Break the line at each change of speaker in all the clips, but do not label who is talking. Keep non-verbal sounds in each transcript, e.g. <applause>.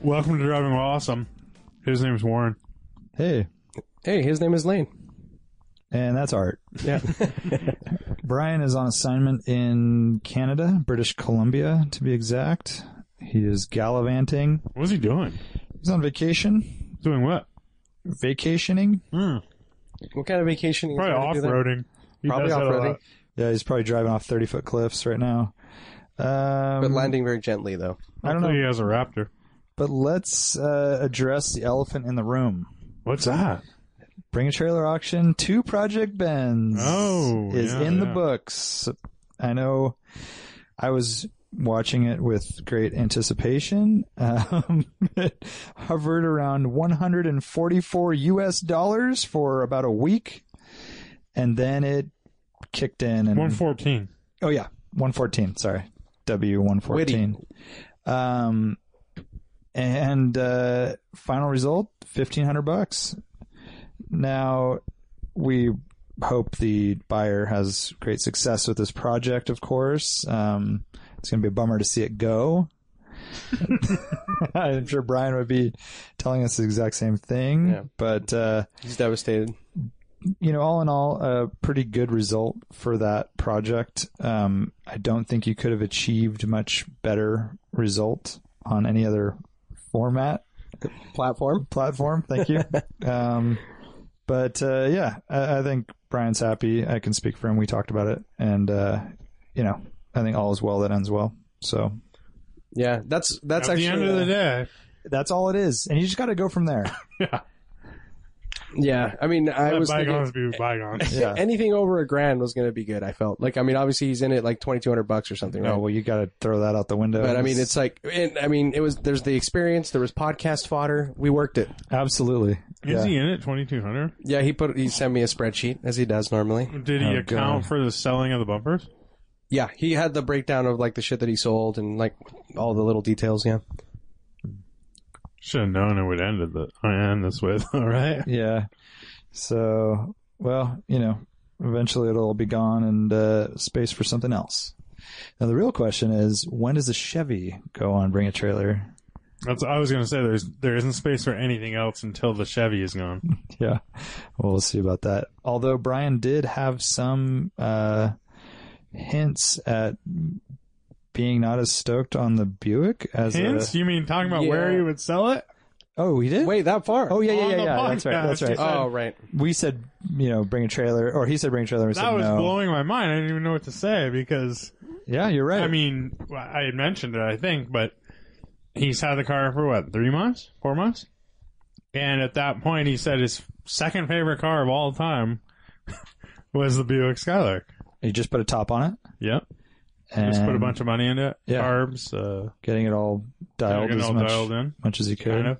Welcome to Driving While Awesome. His name's Warren.
hey,
Hey, his name is Lane.
And that's art.
Yeah.
<laughs> Brian is on assignment in Canada, British Columbia to be exact. He is gallivanting.
What's he doing?
He's on vacation.
Doing what?
Vacationing.
what kind of vacation?
Probably off roading.
Probably off-roading.
Yeah, he's probably driving off 30 foot cliffs right now. Um,
But landing very gently, though.
I don't know.
He has a Raptor.
But let's uh, address the elephant in the room.
What's that?
Bring a trailer auction to Project Benz.
Oh,
is
yeah,
in the
yeah.
books. I know. I was watching it with great anticipation. <laughs> Um, it hovered around 144 U.S. dollars for about a week, and then it kicked in. And
One fourteen.
oh yeah, 114. Sorry, W 114. Um, and uh, final result 1500 bucks now we hope the buyer has great success with this project of course um, it's going to be a bummer to see it go <laughs> i'm sure brian would be telling us the exact same thing
Yeah.
but uh,
He's devastated.
you know, all in all, a pretty good result for that project. Um, I don't think you could have achieved much better result on any other format
Platform.
platform. Thank you. um, but uh, yeah, I, I think Brian's happy. I can speak for him. We talked about it, and uh, you know, I think all is well that ends well. So
Yeah, that's that's
At
actually uh,
the end of the day,
that's all it is, and you just got to go from
<laughs>
there.
yeah. I mean, I
let
was
bygones
thinking,
be <laughs> bygones.
Yeah.
anything over a grand was going to be good. I felt like I mean, obviously he's in it like twenty two hundred bucks or something, right?
No, Oh, well, you got to throw that out the window.
but I mean, it's uh, like and, I mean, it was there's the experience. There was podcast fodder. We worked it.
absolutely.
Is
Yeah.
he in it? Twenty two hundred.
Yeah, he put he sent me a spreadsheet as he does normally.
Did he
Oh,
account
God.
for the selling of the bumpers?
Yeah, he had the breakdown of like the shit that he sold and like all the little details. Yeah,
Should have known it would end at the end this with. <laughs> All right.
Yeah. So, well, you know, eventually it'll all be gone and uh, space for something else. Now, the real question is when does the Chevy go on Bring a Trailer?
That's. I was gonna say there's there isn't space for anything else until the Chevy is gone.
Yeah. Well, we'll see about that. Although Brian did have some uh, hints at being not as stoked on the Buick as a-
Hints? You mean talking about
Yeah.
where he would sell it?
Oh, he did?
wait that far?
Oh, yeah,
On
yeah,
the
yeah, yeah. That's right. That's
podcast, he
right.
said-
Oh right.
We said, you know, bring a trailer, or he said bring a trailer. And we
That
said
was
no.
blowing my mind. I didn't even know what to say because
Yeah, you're right.
I mean, well, I had mentioned it, I think, but he's had the car for what, three months, four months? And at that point, he said his second favorite car of all time <laughs> was the Buick Skylark.
you just put a top on it.
Yep.
And
Just put a bunch of money into it.
Yeah.
Carbs, uh,
getting it all dialed
getting
as
all
much,
dialed in.
much as you could.
Kind of.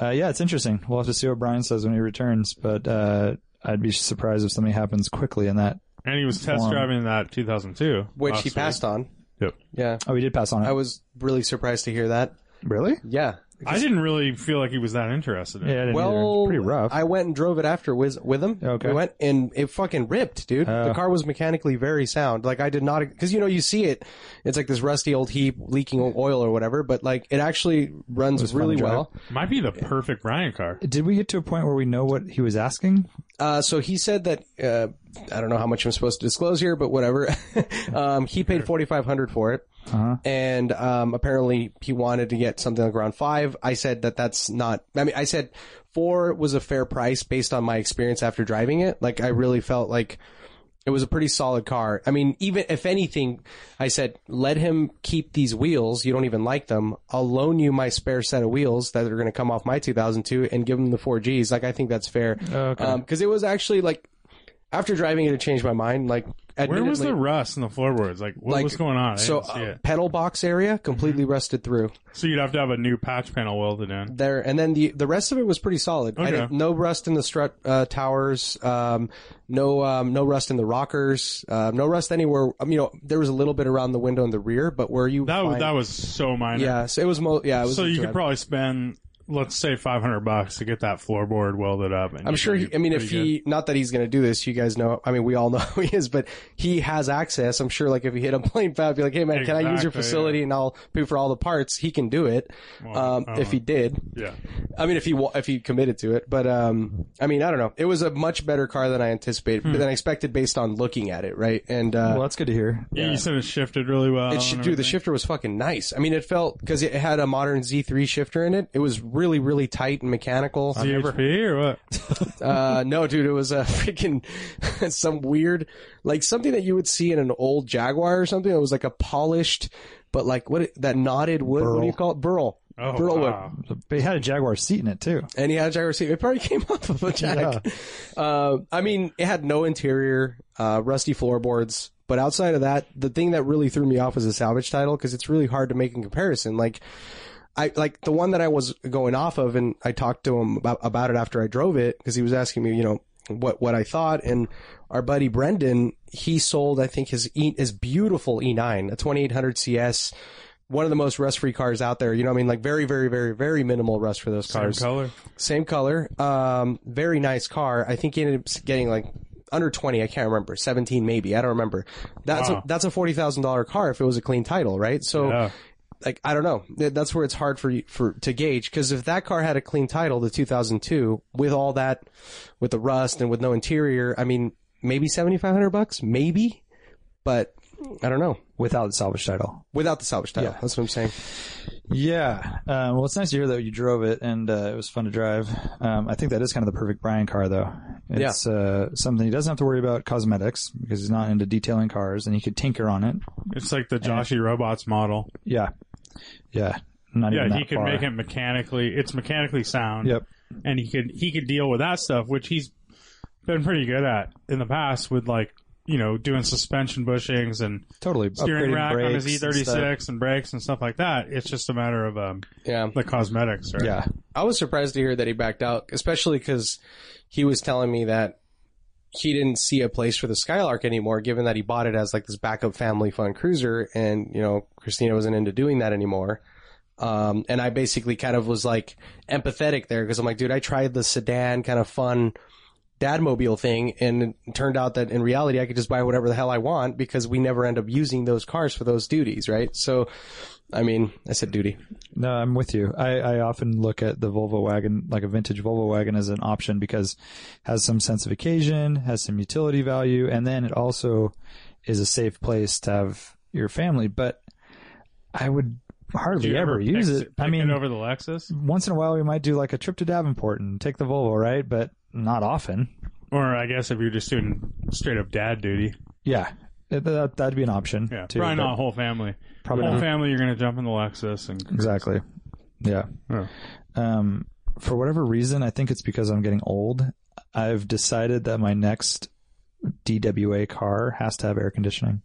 Uh, yeah, it's interesting. We'll have to see what Brian says when he returns, but uh, I'd be surprised if something happens quickly in that.
And he was test
Form.
driving that 2002.
Which
last
he
week.
passed on.
Yep.
Yeah,
Oh, he did pass on it.
I was really surprised to hear that.
really?
Yeah.
I didn't really feel like he was that interested in
Yeah, I
it.
didn't
Well,
either. pretty rough.
I went and drove it after with, with him.
Okay. Oh.
We went and it fucking ripped, dude. the car was mechanically very sound. Like I did not, because you know you see it, it's like this rusty old heap leaking oil or whatever. But like it actually runs
was fun
really
to drive.
well.
Might be the perfect Ryan car.
did we get to a point where we know what he was asking?
Uh, so he said that uh, I don't know how much I'm supposed to disclose here, but whatever. <laughs> um, he paid forty five hundred for it,
Uh-huh.
and um, apparently he wanted to get something like around five. I said that that's not. I mean, I said four was a fair price based on my experience after driving it. Like I really felt like it was a pretty solid car. I mean, even if anything, I said, let him keep these wheels. You don't even like them. I'll loan you my spare set of wheels that are going to come Um, off my 2002 and give him the 4Gs. Like, I think that's fair. Because it was actually like, after driving it, it changed my mind. Like,
Where was
admittedly-
the rust in the floorboards? Like, what
Like,
was going on? I
so
didn't see
uh,
it.
pedal box area completely rusted through
So you'd have to have a new patch panel welded in.
there, and then the the rest of it was pretty solid. I
Okay.
didn't, no rust in the strut uh, towers, um, no um, no rust in the rockers, uh, no rust anywhere. Um, you know, there was a little bit around the window in the rear, but where you
That was
find-
that was so minor.
yeah, so it was mo- yeah. It was
so you
into
could
it.
probably spend let's say 500 bucks to get that floorboard welded up. And
I'm
you
sure.
could
He,
be
I mean, if
pretty
he, not that he's going to do this, you guys know. I mean, we all know <laughs> who he is, but he has access. I'm sure. Like, if he hit a plane pad, be like, "Hey, man, can I use your
Exactly,
facility and I'll pay for all the parts?" He can do it. um,
I
if
don't
he did,
good. yeah.
I mean, if he wa- if he committed to it, but um, I mean, I don't know. It was a much better car than I anticipated, than I expected based on looking at it, right? And uh,
Well, that's good to hear.
yeah, you said it shifted really well.
it should,
and
dude, the
everything.
shifter was fucking nice. I mean, it felt because it had a modern Z3 shifter in it. It was really, really tight and mechanical.
CHP or what?
Uh, no, dude, it was a <laughs> freaking some weird, like something that you would see in an old Jaguar or something. It was like a polished, but like what that knotted wood. What do you call it? Burl.
<laughs> Oh,
Burl wood.
wow.
But he had a Jaguar seat in it too.
And he had a Jaguar seat. It probably <laughs> came off of a Jag. Uh, I mean, it had no interior, uh, rusty floorboards. But outside of that, the thing that really threw me off was the salvage title because it's really hard to make in comparison. Like, I like the one that I was going off of, and I talked to him about, about it after I drove it because he was asking me, you know, what what I thought. And our buddy Brendan, he sold, I think his e, his beautiful E9, a 2800 CS, one of the most rust free cars out there. You know, what I mean, like very, very, very, very minimal rust for those
Same
cars.
color.
Same color. Um, very nice car. I think he ended up getting like under 20. I can't remember. 17 maybe. I don't remember. That's
Wow.
a, that's a $40,000 car if it was a clean title, right? So
Yeah.
like, I don't know. Th- That's where it's hard for you, for, to gauge. Cause if that car had a clean title, the 2002 with all that, with the rust and with no interior, I mean, maybe 7,500 bucks, maybe, but I don't know.
Without the salvage title.
Without the salvage title.
Yeah.
That's what I'm saying.
Yeah. Um, well, it's nice to hear that you drove it and uh, it was fun to drive. Um, I think that is kind of the perfect Brian car, though. It's uh, something he doesn't have to worry about cosmetics because he's not into detailing cars and he could tinker on it.
It's like the Joshi Robots model.
Yeah. Yeah. Not even
Yeah,
that
he could
far.
make it mechanically. It's mechanically sound.
Yep.
and he could he could deal with that stuff, which he's been pretty good at in the past with like you know doing suspension bushings and
Totally.
steering
Upgrading
rack on his E
brakes and stuff.
E36 and brakes and stuff like that. It's just a matter of um,
Yeah.
the cosmetics, right?
Yeah.
I was surprised to hear that he backed out, especially because he was telling me that he didn't see a place for the Skylark anymore, given that he bought it as like this backup family fun cruiser, and you know Christina wasn't into doing that anymore. Um, and I basically kind of was like empathetic there because I'm like, dude, I tried the sedan kind of fun dad mobile thing, and it turned out that in reality I could just buy whatever the hell I want because we never end up using those cars for those duties, right? So, I mean, I said duty.
No, I'm with you. I, I often look at the Volvo wagon, like a vintage Volvo wagon, as an option because it has some sense of occasion, has some utility value, and then it also is a safe place to have your family. But I would
Do
hardly
you
ever,
ever
use
pick-
it. I
pick
mean,
over the Lexus
once in a while we might do like a trip to Davenport and take the Volvo, right? But not often.
or I guess if you're just doing straight up dad duty,
Yeah, Th- that that'd be an option.
yeah,
too,
probably
but
not whole family.
Probably
whole
not.
family, you're gonna jump in the Lexus and
Exactly. Yeah.
Yeah.
Um, for whatever reason, I think it's because I'm getting old. I've decided that my next DWA car has to have air conditioning,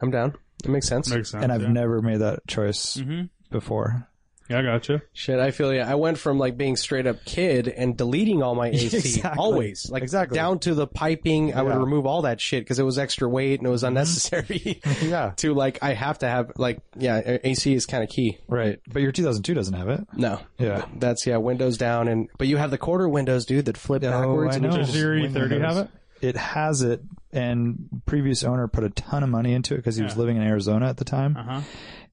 I'm down. It makes sense.
makes sense.
and I've
yeah.
never made that choice
hmm
before.
Yeah, I got you.
Shit, I feel you. I went from like being straight up kid and deleting
<laughs>
all my AC
Exactly.
always, like
Exactly.
down to the piping. I would
Yeah. Mm-hmm.
remove all that shit because it was extra weight and it was unnecessary. <laughs>
Yeah.
to like, I have to have like, yeah, A- AC is kind of key.
Right, but your 2002 doesn't have it.
No,
Yeah.
Th- that's yeah, windows down and but you have the quarter windows, dude, that flip
Oh,
backwards.
I
and
know.
Does your E30 have it?
It has it, and previous owner put a ton of money into it because he was
Yeah.
living in Arizona at the time.
Uh huh.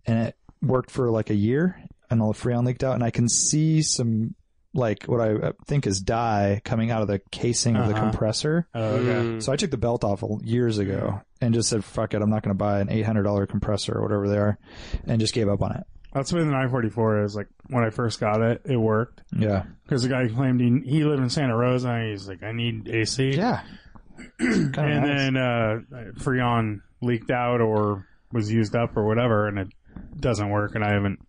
and it worked for like a year and all the freon leaked out and I can see some like what I uh, think is dye coming out of the casing of the
Uh-huh.
compressor.
Oh, okay.
Mm.
So I took the belt off years ago
Hmm.
and just said, fuck it. I'm not going to buy an $800 compressor or whatever they are and just gave up on it.
That's what the 944 is. Like when I first got it, it worked.
Yeah.
Because the guy claimed he, he lived in Santa Rosa and he's like, I need AC. <clears throat>
Yeah. kind
And then uh, Freon leaked out or was used up or whatever and it doesn't work and I haven't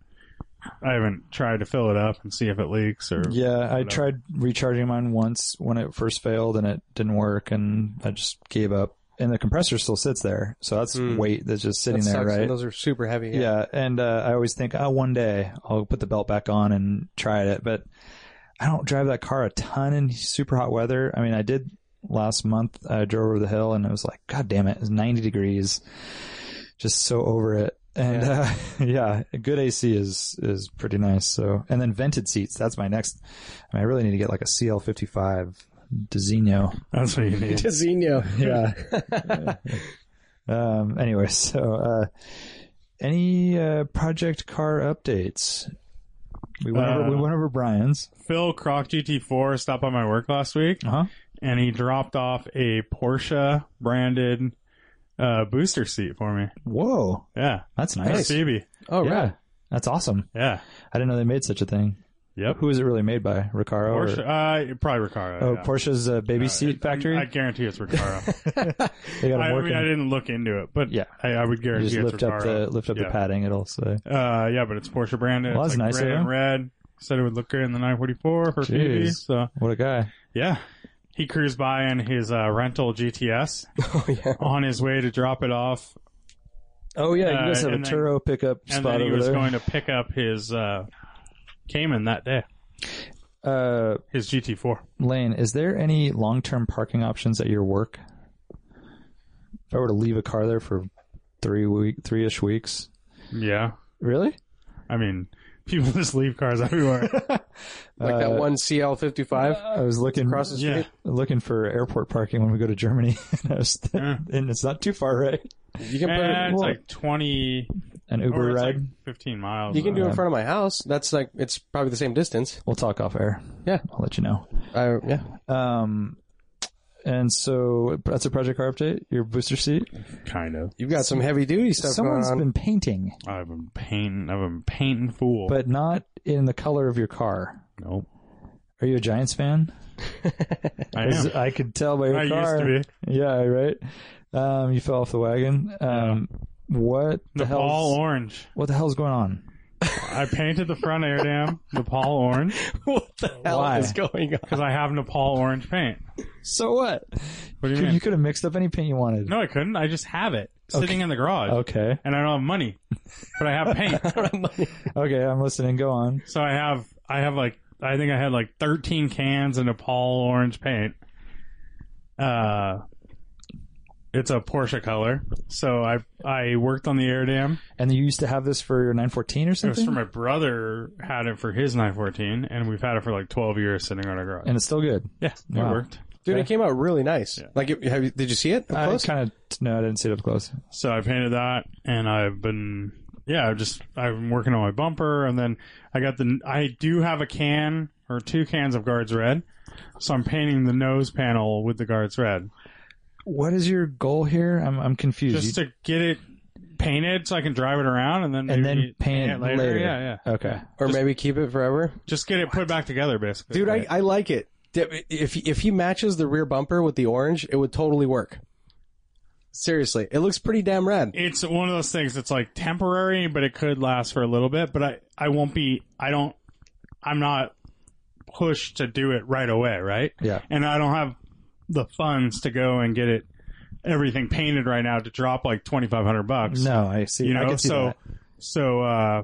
I haven't tried to fill it up and see if it leaks or
Yeah, I tried recharging mine once when it first failed and it didn't work, and I just gave up. And the compressor still sits there, so that's
Hmm.
weight that's just sitting
That
there,
sucks, and
right?
Those are super heavy. <laughs>
yeah. and uh, I always think, oh, one day I'll put the belt back on and try it, but I don't drive that car a ton in super hot weather. I mean, I did last month. I drove over the hill and it was like, God damn it, it's 90 degrees. Just so over it. And yeah, uh, <laughs> yeah a good AC is is pretty nice. So, and then vented seats. That's my next. I mean, I really need to get like a CL55 Designo.
that's
<laughs>
what you need.
Designo.
Yeah. <laughs> Um, anyway, so uh, any uh, project car updates? We went, over,
Uh,
we went over Brian's.
Phil Croc GT4 stopped by my work last week
Uh huh.
and he dropped off a Porsche branded uh, booster seat for me.
Whoa,
Yeah,
that's
that's
nice.
Phoebe.
Oh,
yeah,
right.
that's awesome.
Yeah,
I didn't know they made such a thing.
yep.
Who is it really made by? Recaro? or-
Porsche, uh, probably Recaro.
oh,
yeah.
Porsche's uh, baby
Uh,
seat
it-
factory.
I
<laughs>
guarantee it's Recaro.
they got them
I, I
working.
mean, I didn't look into it, but
Yeah.
I, I would
You
guarantee
just
it's
lift up
Recaro.
the lift up
Yeah.
the padding. It'll say.
Uh, yeah, but it's Porsche branded.
Well,
it's
that's
like
nice
gray
of
and
him.
red. Said it would look good in the 944 for Phoebe.
Jeez.
So
What a guy!
yeah, he cruised by in his uh, rental GTS
<laughs>
Oh, yeah.
on his way to drop it off,
Oh yeah,
Uh,
you guys have a
and then-
Turo pickup
and
spot
then he
over
was
there.
going to pick up his uh, Cayman that day,
uh,
his GT4.
Lane, is there any long term parking options at your work? If I were to leave a car there for three week three ish weeks.
Yeah,
Really?
I mean, people <laughs> just leave
<laughs>
cars everywhere.
Like that
Uh,
one CL55
Uh,
I was looking
across the street.
yeah,
looking for airport parking when we go to Germany <laughs> and, I was,
Yeah.
and it's not too far, right?
You can put it,
and it's
well-
like 20
An
or
Uber
it's
ride.
like 15 miles. uh,
you can do it
Yeah.
in front of my house. That's like it's probably the same distance.
We'll talk off air.
Yeah.
I'll let you know.
I, yeah.
Um and so that's a project car update, your booster seat.
kind of.
You've got some heavy duty stuff
Someone's
going on.
been painting,
I've been painting. I've been painting fool.
but not in the color of your car.
no,
Are you a Giants fan?
I
Is-
am.
I could tell by your
I used
car.
to be.
Yeah, right. Um, you fell off the wagon. Um, what the
The
hell?
Paul Orange.
What the hell's going on?
I painted the front air dam Nepal orange
<laughs> what the hell
Why?
is going on?
because I have Nepal orange paint.
So what?
What do you
Could-
mean?
you could have mixed up any paint you wanted.
No, I couldn't. I just have it sitting
Okay.
in the garage,
Okay.
and I don't have money, but I
<laughs>
have paint.
Okay, I'm listening. Go on.
so I have, I have like, I think I had like 13 cans of Nepal orange paint. Uh, it's a Porsche color. So I, I worked on the air dam.
And you used to have this for your 914 or
It was
something,
for my brother had it for his 914, and we've had it for like 12 years sitting on our garage.
and it's still good.
yeah, it
Wow.
worked.
Dude, it came out really nice. Like, it, have you, did you see it up
I
close?
kind of no, I didn't see it up close.
So I painted that, and I've been yeah, I've just I've been working on my bumper, and then I got the I do have a can or two cans of Guards Red, so I'm painting the nose panel with the Guards Red
What is your goal here? I'm I'm confused.
just
You-
to get it painted so I can drive it around and then
and
maybe
then paint it later.
Yeah, yeah.
Okay.
or maybe keep it forever?
Just get it put back together, basically.
Dude, I, I like it. Di- If if he matches the rear bumper with the orange, it would totally work. Seriously, it looks pretty damn rad.
it's one of those things that's like temporary, but it could last for a little bit. But I, I won't be, I don't, I'm not pushed to do it right away, right?
Yeah.
And I don't have the funds to go and get it everything painted right now to drop like twenty five hundred bucks.
No, I see.
you know,
I can see
so,
that.
so, uh,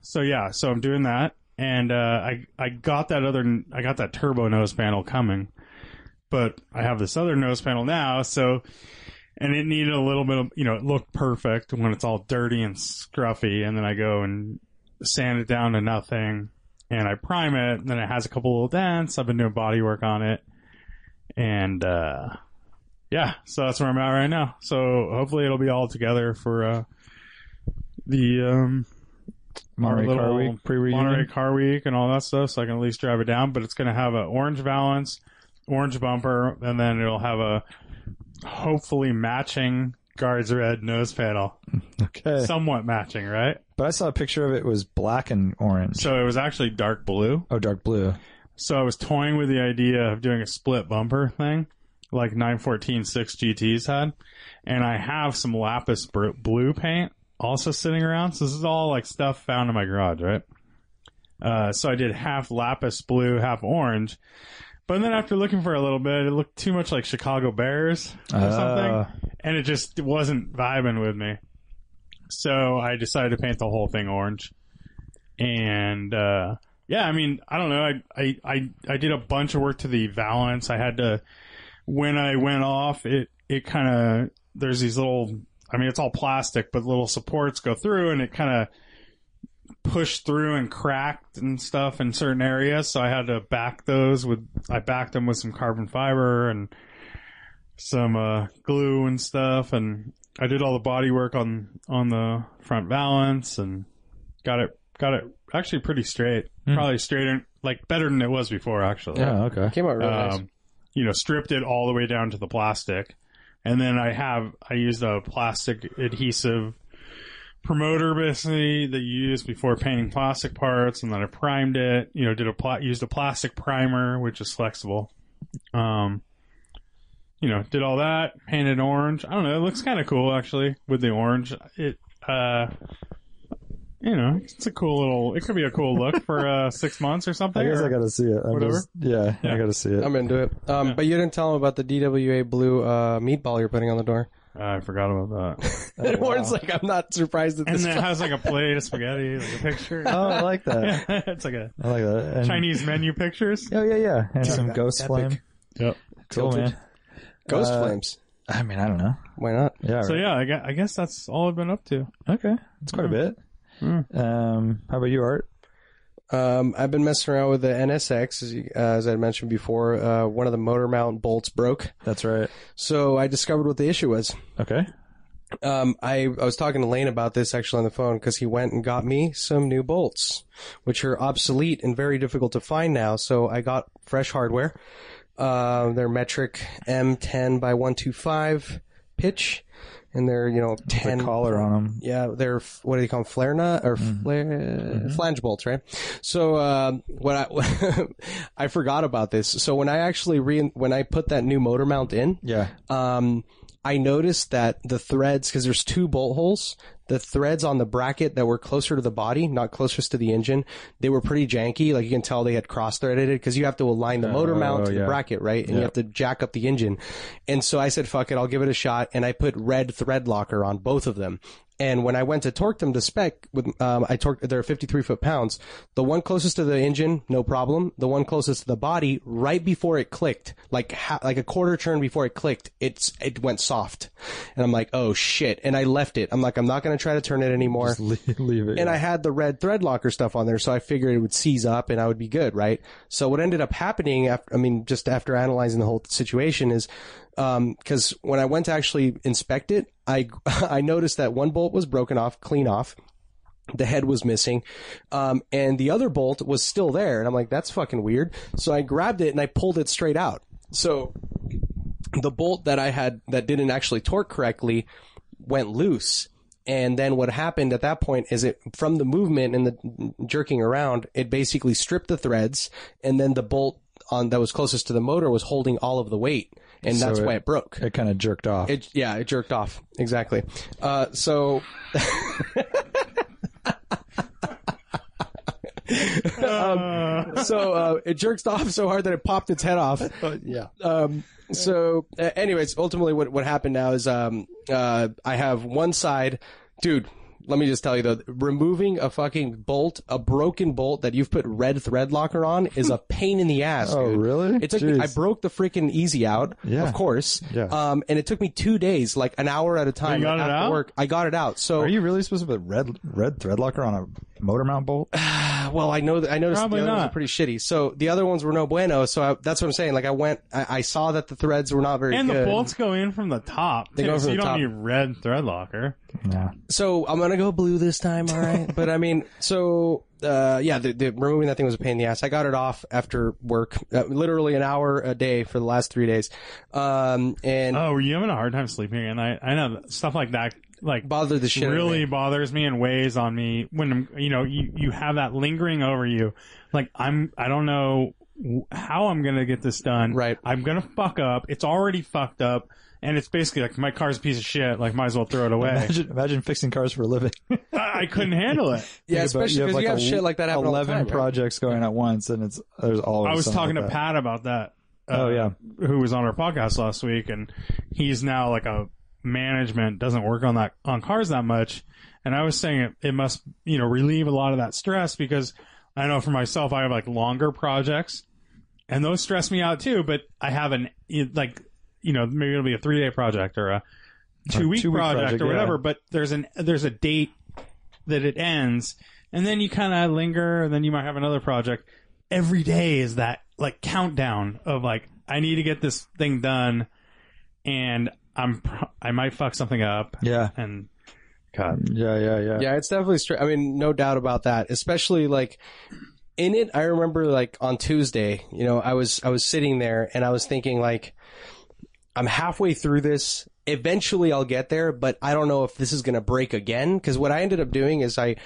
so yeah, so I'm doing that, and uh, I, I got that other, I got that turbo nose panel coming, but I have this other nose panel now, so and it needed a little bit of you know it looked perfect when it's all dirty and scruffy and then i go and sand it down to nothing and i prime it and then it has a couple little dents i've been doing body work on it and uh yeah so that's where i'm at right now so hopefully it'll be all together for uh the um
Monterey
our
Car
little
Week pre-reunion.
Monterey Car Week and all that stuff, so I can at least drive it down. But it's going to have an orange valance, orange bumper, and then it'll have a hopefully matching guards red nose panel,
<laughs> Okay.
somewhat matching, right?
But I saw a picture of it was black and orange.
So it was actually dark blue.
oh, dark blue.
So I was toying with the idea of doing a split bumper thing, like 914 6 GTs had, and I have some lapis br- blue paint also sitting around. So this is all like stuff found in my garage, right? Uh, so I did half lapis blue, half orange. But then after looking for a little bit, it looked too much like Chicago Bears or
Ah.
something, and it just wasn't vibing with me. So I decided to paint the whole thing orange. And uh, yeah, I mean, I don't know. I, I I I did a bunch of work to the valance. I had to when I went off, it it kind of there's these little. I mean, it's all plastic, but little supports go through, and it kind of pushed through and cracked and stuff in certain areas. So I had to back those with I backed them with some carbon fiber and some uh, glue and stuff, and I did all the body work on on the front valance and got it got it actually pretty straight, probably straighter like better than it was before actually
Oh, okay.
Came out really nice.
um, you know, stripped it all the way down to the plastic. And then I have, I used a plastic adhesive promoter basically that you use before painting plastic parts. And then I primed it, you know, did a pla- used a plastic primer, which is flexible. Um, you know, did all that, painted orange. I don't know. It looks kind of cool actually with the orange. It, uh, you know, it's a cool little, it could be a cool look for, uh, six months or something.
I guess
or-
I gotta see it. I'm
Whatever.
just- yeah, I
Yeah.
gotta see it.
I'm into it. Um, But you didn't tell him about the DWA blue uh, meatball you're putting on the <laughs> door.
Uh, I forgot about that.
and Warren's like, I'm not surprised at
<laughs> And
this.
then it has like a plate of spaghetti, like a picture.
oh,
<laughs>
I like that.
it's like a
I like that. And-
Chinese menu pictures.
Oh yeah, yeah. And some
that-
ghost
epic.
flame.
Yep.
Cool
Tilted.
man.
Ghost
uh,
flames.
I mean, I don't know.
Why not?
Yeah.
So
right.
yeah, I guess, I guess that's all I've been up to.
Okay. It's quite a bit.
Mm.
Um, how about you, Art?
Um, I've been messing around with the NSX, as, you, uh, as I mentioned before. Uh, one of the motor mount bolts broke,
That's right.
so I discovered what the issue was.
Okay.
Um, I, I was talking to Lane about this actually on the phone because he went and got me some new bolts, which are obsolete and very difficult to find now. So I got fresh hardware. Um, they're metric M10 by 125 pitch, and they're you know
The
10
collar on him.
yeah, they're f- what do they call them? Flare nut or flare flange bolts, right? So um, when I <laughs> I forgot about this. So when I actually re- when I put that new motor mount in,
Yeah.
um, I noticed that the threads, because there's two bolt holes, the threads on the bracket that were closer to the body, not closest to the engine, they were pretty janky. Like you can tell they had cross threaded it because you have to align the motor mount to
yeah.
the bracket, right? And you have to jack up the engine. And so I said, fuck it, I'll give it a shot. And I put red thread locker on both of them. And when I went to torque them to spec, with um, I torqued they're 53 foot pounds. The one closest to the engine, no problem. The one closest to the body, right before it clicked, like ha- like a quarter turn before it clicked, it's it went soft, and I'm like, oh shit! And I left it. I'm like, I'm not gonna try to turn it anymore.
<laughs> Leave, leave it.
And I had the red thread locker stuff on there, so I figured it would seize up and I would be good, right? So what ended up happening after, I mean, just after analyzing the whole situation is, um, cause when I went to actually inspect it, I, <laughs> I noticed that one bolt was broken off, clean off. The head was missing, um, and the other bolt was still there. And I'm like, that's fucking weird. So I grabbed it and I pulled it straight out. So the bolt that I had that didn't actually torque correctly went loose. And then what happened at that point is it, from the movement and the jerking around, it basically stripped the threads and then the bolt on that was closest to the motor was holding all of the weight. And that's
it-
why it broke.
it kind of jerked off.
It, yeah, it jerked off. Exactly. Uh, so. <laughs> Um, so uh, it jerked off so hard that it popped its head off. yeah. Um, so, uh, anyways, ultimately, what what happened now is um, uh, I have one side, dude. Let me just tell you though, removing a fucking bolt, a broken bolt that you've put red thread locker on,
<laughs>
is a pain in the ass.
Oh,
dude.
really?
It took me,
Jeez.
I broke the freaking easy out,
Yeah.
of course.
Yeah.
Um, and it took me two days, like an hour at a time
You got it
after
out?
work. I got it out. So,
Are you really supposed to put red red thread locker on a motor mount
<laughs>
bolt?
uh, well, I know that I noticed
Probably
the other ones
not.
were pretty shitty. So the other ones were no bueno. So I, that's what I'm saying. Like I went, I, I saw that the threads were not very
And
good.
the bolts go in from the top.
They
too,
go
so
from
you
the
don't
top.
need red thread locker.
Yeah.
so I'm gonna go blue this time, all <laughs> right? but I mean, so uh, yeah, the, the removing that thing was a pain in the ass. I got it off after work, uh, literally an hour a day for the last three days, um, and
Oh, were you having a hard time sleeping? And I, I know that stuff like that, like
bothered the shit. out of
really
me.
bothers me and weighs on me when I'm, you know, you, you have that lingering over you. Like I'm, I don't know w- how I'm going to get this done.
Right.
I'm going to fuck up. It's already fucked up. and it's basically like my car's a piece of shit. Like, might as well throw it
<laughs>
away.
Imagine, imagine fixing cars for a living.
I, I couldn't handle it.
Think
Yeah,
about-
especially because you, have
a-
shit like that happen all the
Eleven
time, right?
projects going at once, and it's there's always.
I was
something
talking
like
to
that.
Pat about that. uh,
Oh, yeah.
who was on our podcast last week, and he's now like a management doesn't work on that on cars that much. And I was saying it, it must you know relieve a lot of that stress because I know for myself I have like longer projects, and those stress me out too. But I have an it- like you know maybe it'll be a three day project or a two week
two-week
project,
project,
or
yeah.
whatever. But there's an there's a date that it ends, and then you kind of linger, and then you might have another project every day is that like countdown of like I need to get this thing done, and I'm pro- I might fuck something up.
Yeah,
And
yeah, yeah, yeah.
Um, Yeah, it's definitely straight. I mean, no doubt about that. Especially like in it, I remember like on Tuesday, you know, I was I was sitting there and I was thinking like, I'm halfway through this. Eventually, I'll get there, but I don't know if this is gonna break again. Because what I ended up doing is I,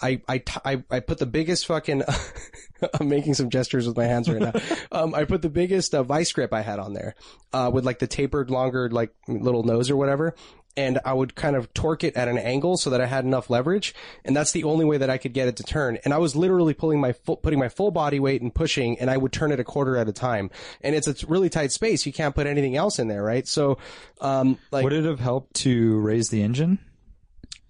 I, I, t- I, I put the biggest fucking. <laughs> I'm making some gestures with my hands right now. um, I put the biggest uh, vice grip I had on there, uh, with like the tapered, longer, like little nose or whatever. And I would kind of torque it at an angle so that I had enough leverage, and that's the only way that I could get it to turn. And I was literally pulling my full, putting my full body weight and pushing, and I would turn it a quarter at a time. And it's a t- really tight space; you can't put anything else in there, right? So, um, like,
Would it have helped to raise the engine?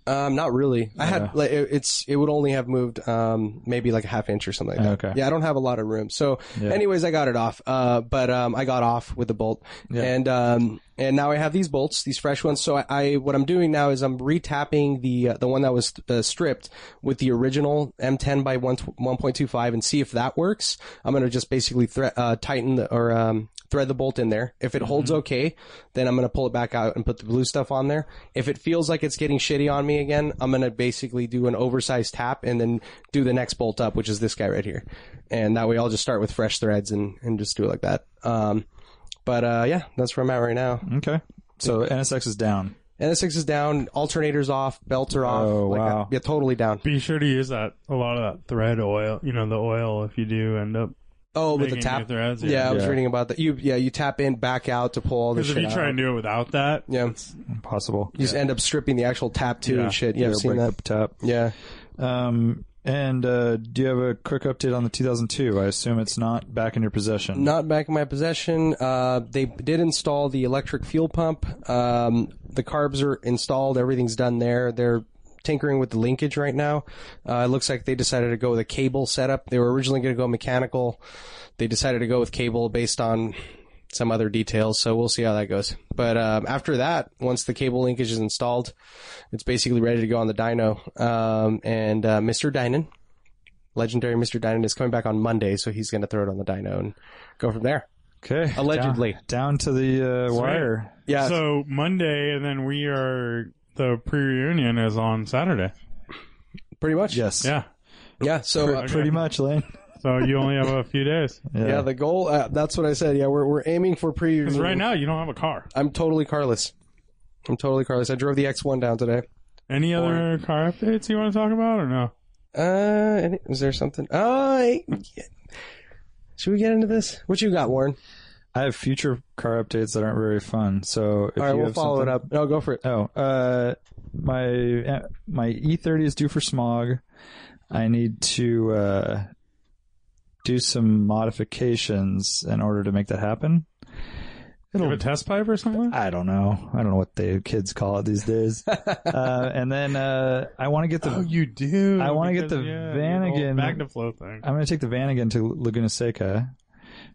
um, not really. I had like it, it's it would only have moved um maybe like a half inch or something like that.
Okay.
Yeah, I don't have a lot of room. So, anyways, I got it off. Uh, but um, I got off with the bolt, and um, and now I have these bolts, these fresh ones. So I, I what I'm doing now is I'm retapping the uh, the one that was uh, stripped with the original M10 by one 1.25 and see if that works. I'm gonna just basically thre- uh, tighten the, or um thread the bolt in there. If it
Mm-hmm.
holds okay, then I'm going to pull it back out and put the blue stuff on there. If it feels like it's getting shitty on me again, I'm going to basically do an oversized tap and then do the next bolt up, which is this guy right here. And that way I'll just start with fresh threads and, and just do it like that. Um, but, uh, yeah, that's where I'm at right now.
Okay, so NSX is down.
NSX is down, alternators off, belts are off.
Oh,
that.
wow.
Yeah, totally down.
be sure to use that a lot of that thread oil. You know the oil if you do end up
Oh, with
making
the tap.
new
Yeah,
threads.
I was
Yeah.
reading about that. You, yeah, you tap in, back out to pull all the
Because
shit
if you
out.
try and do it without that,
yeah. You
Impossible.
just end up stripping the actual tap too
Yeah.
and shit. Yeah, I've
It'll
seen
break
that.
the top.
Yeah.
Um, and uh, do you have a quick update on the 2002? I assume it's not back in your possession.
Not back in my possession. Uh, they did install the electric fuel pump. Um, the carbs are installed. Everything's done there. They're tinkering with the linkage right now. Uh, it looks like they decided to go with a cable setup. They were originally going to go mechanical. They decided to go with cable based on some other details. So we'll see how that goes. But um, after that, once the cable linkage is installed, it's basically ready to go on the dyno. Um, and uh, Mr. Dynan. Legendary Mr. Dynan is coming back on Monday, so he's going to throw it on the dyno and go from there.
Okay.
Allegedly.
Down, down to the uh, wire.
Yeah.
so Monday, and then we are the pre-reunion is on Saturday.
pretty much.
Yes.
Yeah,
Yeah. So, uh,
Pretty much, Lane.
so you only have a few days
yeah, the goal, uh, that's what I said. Yeah, we're, we're aiming for pre.
because right now you don't have a car.
I'm totally carless. I'm totally carless. I drove the X1 down today.
Any other car updates you want to talk about or no?
Uh, any, is there something? Uh, I- should we get into this? What you got, Warren?
I have future car updates that aren't very fun. So if
All right,
you
we'll
have
follow
something-
it up. No, go for it.
Oh, uh, my uh, my E30 is due for smog. I need to uh, do some modifications in order to make that happen.
You have a test pipe or something?
I don't know. I don't know what the kids call it these days. uh, and then uh, I want to get the.
Oh, you do.
I wanna get
because,
the
yeah,
Vanagon-
the whole Magnaflow thing.
I'm going to take the van again to Laguna Seca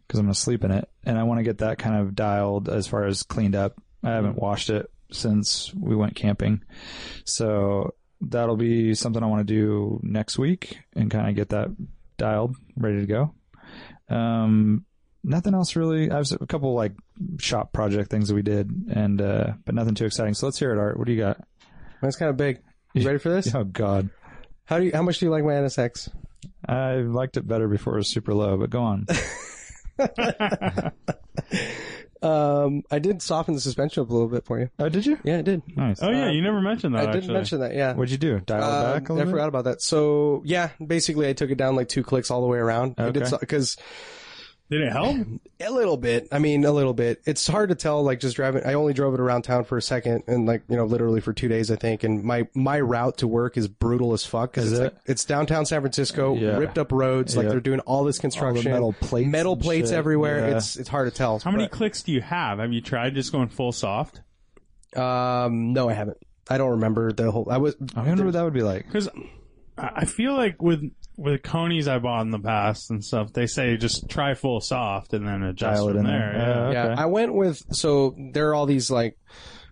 because I'm going to sleep in it, and I want to get that kind of dialed as far as cleaned up. I haven't washed it since we went camping, so that'll be something I want to do next week and kind of get that dialed, ready to go. Um, nothing else really. I have a couple like shop project things that we did, and uh, but nothing too exciting. So let's hear it, Art. What do you got?
That's kind of big. You ready for this?
Oh God,
How do you, how much do you like my NSX?
I liked it better before it was super low, but go <laughs> on.
Um, I did soften the suspension up a little bit for you.
oh, did you?
Yeah, I did.
Nice.
Oh yeah, you never mentioned that.
I did
actually.
mention that. Yeah.
What'd you do? Dial it
Um,
back a
I
little
forgot about that. So yeah, basically I took it down like two clicks all the way around. I did
Okay.
because
Did it help?
A little bit. I mean, a little bit. It's hard to tell. Like just driving. I only drove it around town for a second, and like you know, literally for two days, I think. And my my route to work is brutal as fuck
Is
because it's,
it?
like- it's downtown San Francisco,
Yeah.
ripped up roads. Like
Yeah.
they're doing all this construction,
metal plates
metal
and
plates
shit.
everywhere.
Yeah.
It's it's hard to tell.
How many clicks do you have? Have you tried just going full soft?
But, um, no, I haven't. I don't remember the whole. I was
I wonder what that would be like.
Because I I feel like with with conies I bought in the past and stuff, they say just try full soft and then adjust
Dial it
from
in
there.
there.
Yeah.
Yeah.
Yeah,
Okay.
I went with so there are all these like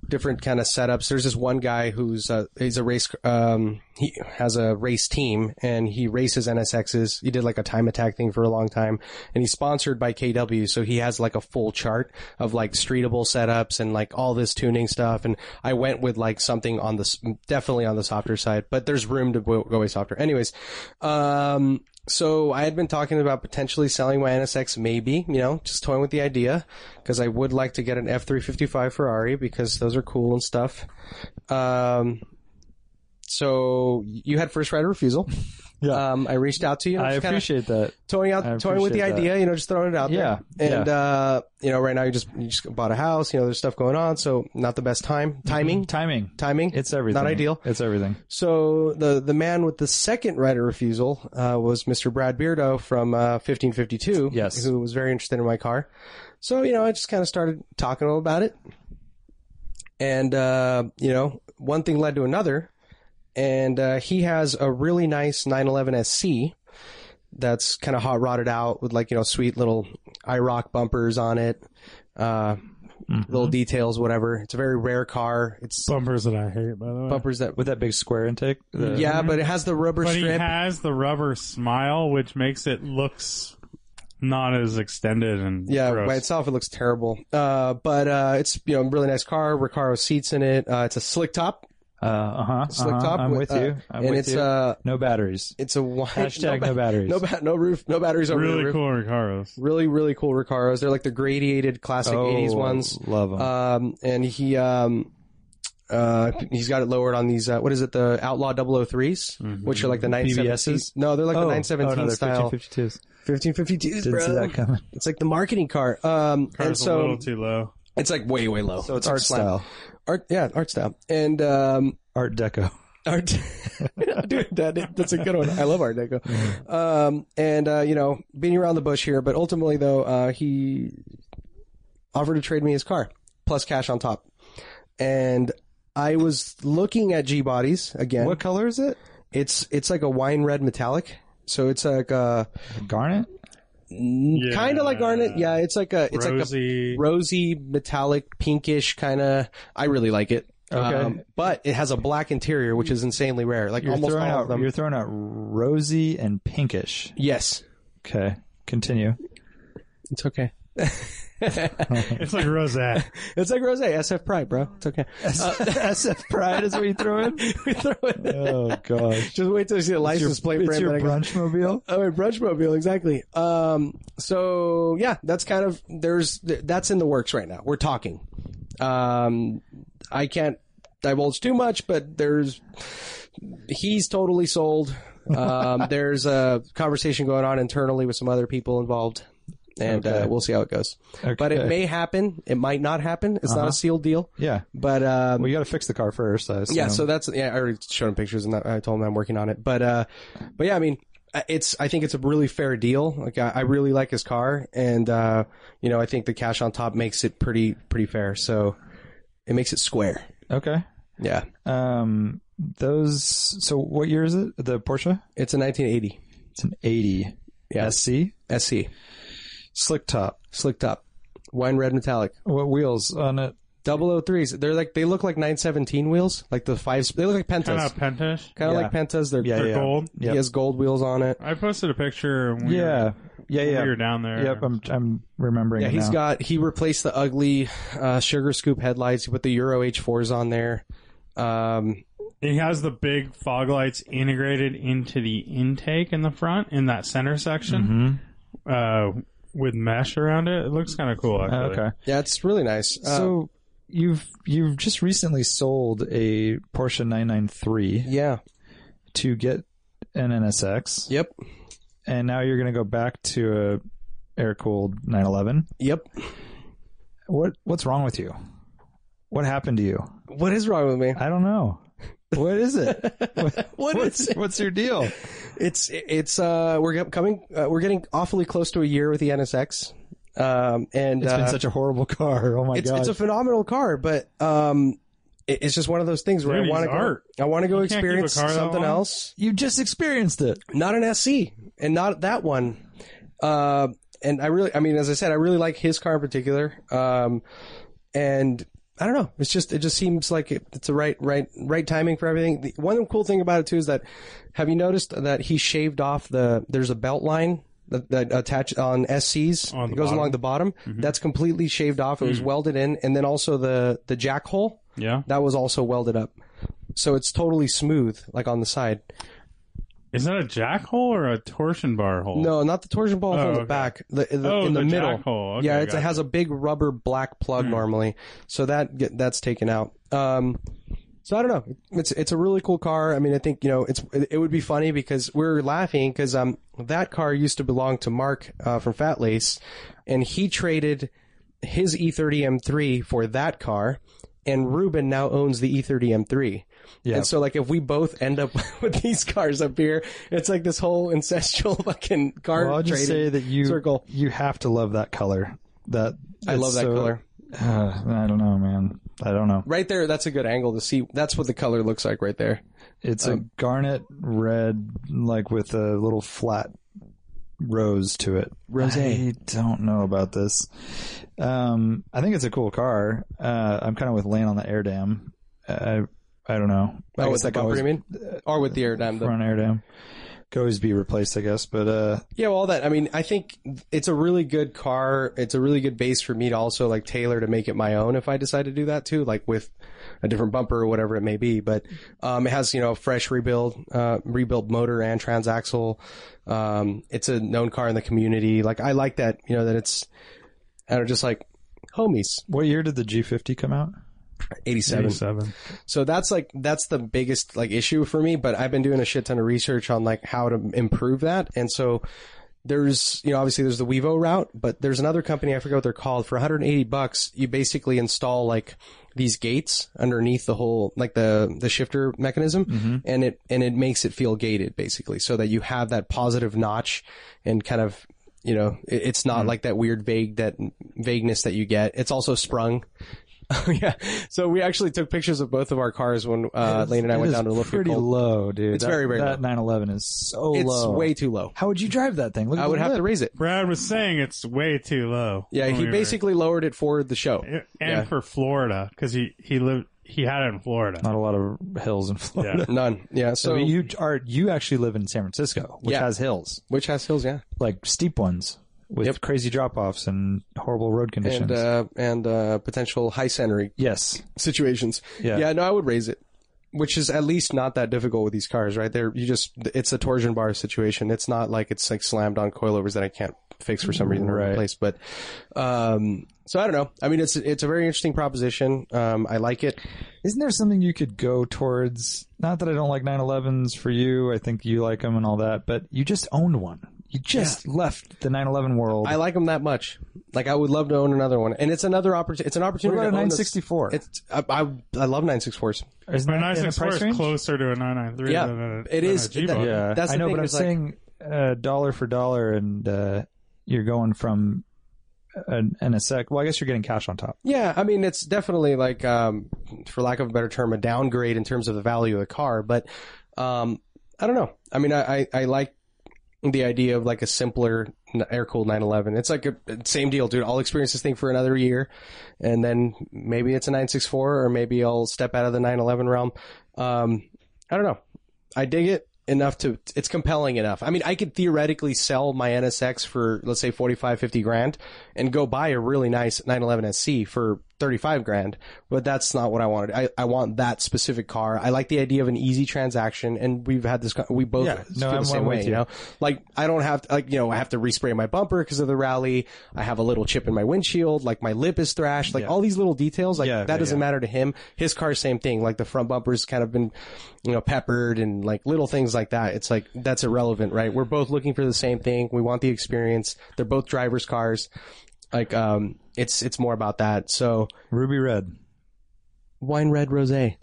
different kind of setups. There's this one guy who's uh, he's a race um he has a race team and he races NSXs. He did like a time attack thing for a long time and he's sponsored by KW, so he has like a full chart of like streetable setups and like all this tuning stuff and I went with like something on the s- definitely on the softer side, but there's room to go go way softer. Anyways, um so I had been talking about potentially selling my NSX, maybe, you know, just toying with the idea, because I would like to get an F355 Ferrari because those are cool and stuff. Um, so you had first right of refusal.
Yeah.
Um, I reached out to you. and
I
just kinda
appreciate that.
toying
I
out, toying with the
appreciate that.
idea, you know, just throwing it out
Yeah,
there. And uh, you know, right now you just you just bought a house, you know, there's stuff going on, so not the best time timing.
Mm-hmm. Timing.
Timing.
It's everything.
Not ideal.
It's everything.
So the the man with the second right of refusal uh, was Mr. Brad Beardo from uh, 1552.
Yes.
who was very interested in my car. So you know, I just kind of started talking to him about it, and uh, you know, one thing led to another, and uh, he has a really nice 911 SC that's kind of hot rodded out with like you know sweet little IROC bumpers on it. Uh,
Mm-hmm.
Little details, whatever. It's a very rare car. It's
Bumpers that I hate, by the way.
bumpers that
With that big square intake. the-
yeah, but it has the rubber
But he
strip.
has the rubber smile, which makes it looks not as extended and
yeah,
gross.
by itself it looks terrible. Uh, but uh, it's you know really nice car. Recaro seats in it. Uh, it's a slick top,
Uh huh.
slick top.
I'm with
uh,
you. I'm
and
with
it's
you.
uh,
no batteries.
it's a wide, <laughs>
Hashtag
ba-
no batteries.
no, ba- no roof, no batteries over the
really
roof.
cool Recaros.
Really, really cool Recaros. They're like the gradiated classic
Oh,
'80s ones.
Love them.
Um, and he um, uh, he's got it lowered on these. Uh, what is it? The Outlaw 003s,
Mm-hmm.
which are like the 917.
BBSs?
No, they're like the 917
oh, no,
style.
1552s.
1552s,
Didn't
bro.
see that coming.
It's like the marketing car. Um, and
Car's a little
so
too low.
it's like way, way low.
So it's art
slam.
style,
Art, yeah, art style. And, um,
Art Deco.
art, <laughs> dude, that, that's a good one. I love
<laughs>
Art Deco. Um, and, uh, you know, being around the bush here, but ultimately though, uh, he offered to trade me his car plus cash on top. And I was looking at G bodies again.
What color is it?
It's, it's like a wine red metallic. So it's like a
Garnet.
kind of like garnet. Yeah. It's like a, it's like a
Rosy.
rosy, metallic, pinkish kind of. I really like it. Um,
Okay.
but it has a black interior, which is insanely rare. Like
You're
almost all
throwing
of
out.
them.
You're throwing out rosy and pinkish.
Yes,
Okay.
<laughs>
Continue.
it's okay.
it's like rosette.
It's like rose, SF Pride, bro. It's okay. Uh,
SF Pride is what you throw in.
<laughs> We throw it-
Oh gosh.
Just wait till you see the license plate
It's
frame.
your
that I got.
brunch mobile.
Oh, a brunch mobile, exactly. Um, so yeah, that's kind of there's th- that's in the works right now. We're talking. Um, I can't divulge too much, but there's he's totally sold.
<laughs>
Um, there's a conversation going on internally with some other people involved, and uh,
Okay.
we'll see how it goes.
Okay. Uh-huh.
But it may happen. It might not happen. It's not a sealed deal.
Yeah.
But um,
Well, you got to fix the car first. I assume.
yeah, so that's yeah. I already showed him pictures and I told him I'm working on it. But uh, but yeah, I mean, I- it's I think it's a really fair deal. Like I, I really like his car, and uh, you know, I think the cash on top makes it pretty pretty fair. So it makes it square.
okay.
Yeah,
Um, those. So what year is it? The Porsche.
it's a 1980
It's an eighty.
Yeah.
SC
SC
slick top.
slick top, wine red metallic,
What wheels on it?
003s. They're like they look like 917 wheels, like the five. They look like
kind
Pentas,
of pentish.
kind of
Yeah.
like Pentas. They're
Yeah,
They're
yeah.
gold.
He
Yep.
has gold wheels on it.
I posted a picture. When we
Yeah. Yeah.
Were,
Yeah.
We were down there.
Yep. I'm. I'm remembering.
Yeah,
it
he's
now.
got he replaced the ugly uh, sugar scoop headlights. He put the Euro H4s on there. Um,
He has the big fog lights integrated into the intake in the front in that center section uh, with mesh around it. It looks kind of cool,
Oh,
actually.
Mm-hmm. okay.
yeah, it's really nice. Uh,
So you've you've just recently sold a Porsche 993
yeah,
to get an NSX,
yep,
and now you're going to go back to air cooled 911.
Yep.
What what's wrong with you? What happened to you?
What is wrong
<laughs>
with me?
I don't know. What is <laughs> it?
What
what's,
is it?
what's your deal?
It's it's uh we're get- coming uh, we're getting awfully close to a year with the NSX. Um and
It's
uh,
been such a horrible car. Oh my
it's,
god.
it's a phenomenal car, but um it- it's just one of those things where
Dude,
I want to
he's
go
art.
I want to go
You can't keep a
experience
car that
something
long.
else.
you just experienced it.
Not an SC and not that one. Uh and I really I mean as I said I really like his car in particular. Um and I don't know. It's just it just seems like it, it's the right right right timing for everything. The, one cool thing about it too is that have you noticed that he shaved off the there's a belt line that, that attached on SCs
On the
it goes
bottom. Mm-hmm.
along the bottom that's completely shaved off. It was welded in, and then also the the jack hole
Yeah.
that was also welded up. So it's totally smooth, like on the side.
Is that a jack hole or a torsion bar hole?
No, not the torsion ball hole in the
okay.
back. The, in the,
Oh,
in the,
the
middle.
jack hole. Okay,
yeah, it's, it
gotcha. Hmm.
has a big rubber black plug normally, so that get, that's taken out. Um, so I don't know. It's it's a really cool car. I mean, I think you know it's it, it would be funny because we're laughing because um that car used to belong to Mark uh, from Fat Lace, and he traded his E E30 M3 for that car. And Ruben now owns the E E30 M3.
Yeah.
And so, like, if we both end up <laughs> with these cars up here, it's like this whole ancestral <laughs> fucking car
Well, I'll just
trading
say that you
circle.
you have to love that color. That
I
it's
love that
so-
color.
Uh, <sighs> I don't know, man. I don't know.
Right there, that's a good angle to see. That's what the color looks like right there.
It's
Oh.
a garnet red, like with a little flat rose to it. Rose. I don't know about this. Um, I think it's a cool car. Uh, I'm kind of with Lane on the air dam. I I don't know. I
Oh,
guess
with the
that could
bumper,
always-
you mean? or with the air dime. The,
front air dam could always be replaced, I guess. But uh,
yeah, well, all that. I mean, I think it's a really good car. It's a really good base for me to also, like, tailor to make it my own if I decide to do that too, like with a different bumper or whatever it may be. But, um, it has, you know, a fresh rebuild, uh, rebuild motor and transaxle. Um, it's a known car in the community. Like, I like that, you know, that it's, I don't know, just like homies,
what year did the G50 come out?
87.
Seven.
So that's like that's the biggest like issue for me. But I've been doing a shit ton of research on like how to improve that, and so there's you know obviously there's the Wevo route, but there's another company I forget what they're called. For 180 bucks, you basically install like these gates underneath the whole like the the shifter mechanism,
Mm-hmm.
and it and it makes it feel gated basically, so that you have that positive notch and kind of you know it, it's
Mm-hmm.
not like that weird vague that vagueness that you get. It's also sprung. <laughs> Oh yeah. So we actually took pictures of both of our cars when uh, Lane and I
It
went
is
down to look at
pretty
Colt.
low, dude.
It's
That-
very, very
That 911 is so
It's
low.
way too low.
How would you drive that thing? Look at
I would
the
have to
lip.
raise it.
Brad was saying it's way too low.
Yeah,
When
he
we were-
basically lowered it for the show.
and
Yeah.
for Florida because he he lived he had it in Florida.
Not a lot of hills in Florida.
Yeah.
None. Yeah. So
So you are you actually live in San Francisco, which
Yeah.
has hills,
which has hills, yeah,
like steep ones with
Yep.
crazy drop offs and horrible road conditions.
and uh, and uh, potential high centering
yes,
situations.
Yeah.
No, I would raise it, which is at least not that difficult with these cars, right? There, you just it's a torsion bar situation. It's not like it's like slammed on coilovers that I can't fix for some reason or
Right.
replace. But um, so I don't know. I mean, it's it's a very interesting proposition. Um, I like it.
isn't there something you could go towards? Not that I don't like 911s for you. I think you like them and all that, but you just owned one. You just left the 911 world.
I like them that much. Like I would love to own another one, and it's another opportunity. It's an
what
opportunity.
about a
to own this-
964?
It's I, I I love 964s.
Isn't
But
that in the
964
price
is
range?
closer to a 993
Yeah,
than a,
it
than
is-
a G
that-
Bug.
yeah. That's the
I know,
thing
but I'm
is, like-
saying uh, dollar for dollar, and uh, you're going from an NSX. Well, I guess you're getting cash on top.
Yeah, I mean it's definitely like, um, for lack of a better term, a downgrade in terms of the value of the car. But um, I don't know. I mean, I, I, I like the idea of like a simpler air cooled 911. It's like a same deal, dude. I'll experience this thing for another year, and then maybe it's a 964, or maybe I'll step out of the 911 realm. Um, I don't know. I dig it enough to it's compelling enough. I mean, I could theoretically sell my NSX for let's say 45 50 grand and go buy a really nice 911 SC for 35 grand, but that's not what I wanted. I, I want that specific car. I like the idea of an easy transaction and we've had this, co- we both
Yeah,
feel
no,
the
I'm
same
with
way, you.
you.
know? Like I don't have, to, like, you know, I have to respray my bumper because of the rally. I have a little chip in my windshield. Like my lip is thrashed. Like all these little details, like
Yeah,
that
yeah,
doesn't
yeah.
matter to him. His car, same thing. Like the front bumper's kind of been, you know, peppered and like little things like that. It's like, that's irrelevant, right? We're both looking for the same thing. We want the experience. They're both driver's cars. Like, um, it's, it's more about that. So,
Ruby red.
wine red rosé.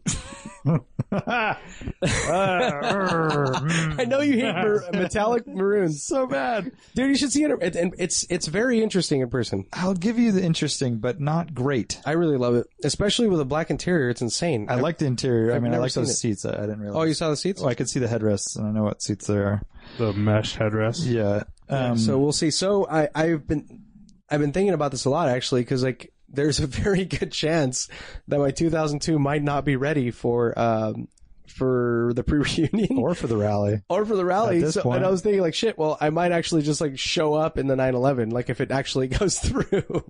<laughs> I know you hate mar- metallic maroons so bad, dude. You should see it, it- and it's it's very interesting in person.
I'll give you the interesting, but not great.
I really love it, especially with a black interior. It's insane.
I like the interior. i
I've
mean, I
never
like
seen
those
it.
seats. I, I didn't realize.
Oh, you saw the seats.
Oh, I could see the headrests, and I know what seats there are.
The mesh headrest.
Yeah. Um,
so we'll see. So I I've been I've been thinking about this a lot actually because like there's a <laughs> very good chance that my 2002 might not be ready for um for the pre reunion
or for the rally.
<laughs> or for the rally.
At this
So,
point.
and I was thinking like, shit, well, I might actually just like show up in the 9-11, like if it actually <laughs> goes through.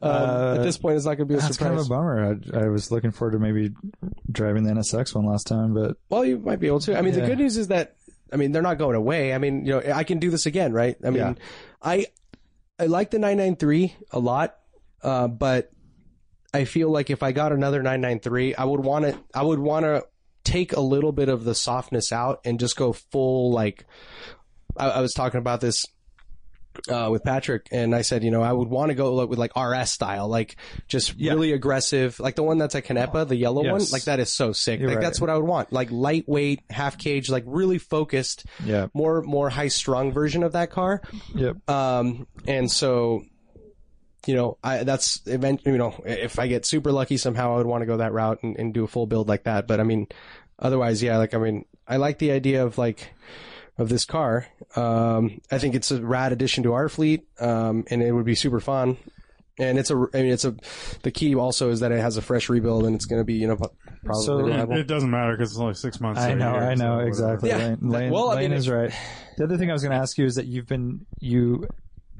um, at this point, it's not going to be a
Uh, That's
surprise.
kind of a bummer. I, I was looking forward to maybe driving the NSX one last time, but
well, you might be able to. I mean, the
Yeah.
good news is that, I mean, they're not going away. I mean, you know, I can do this again, right? I mean,
Yeah.
I, I like the 993 a lot, uh, but I feel like if I got another 993, I would want to, I would want to take a little bit of the softness out and just go full, like, I, I was talking about this uh, with Patrick, and I said, you know, I would want to go like, with like RS style, like just really aggressive, like the one that's at Canepa, the yellow one,
Yes.
like that is so sick.
You're
like
right.
that's what I would want, like lightweight, half cage, like really focused,
yeah,
more more high strung version of that car.
yep.
Um, and so, you know, I that's event. You know, if I get super lucky somehow, I would want to go that route and, and do a full build like that. But I mean, otherwise, yeah. Like I mean, I like the idea of like of this car. Um, I think it's a rad addition to our fleet, um, and it would be super fun. And it's a, I mean, it's a. The key also is that it has a fresh rebuild, and it's going to be, you know, probably
So-
It,
reliable.
it doesn't matter because it's only six months. to
I
a
know,
year,
I
so
know,
whatever.
exactly.
Yeah.
Lane, Lane,
Well, I
Lane
mean,
is right. The other thing I was going to ask you is that you've been you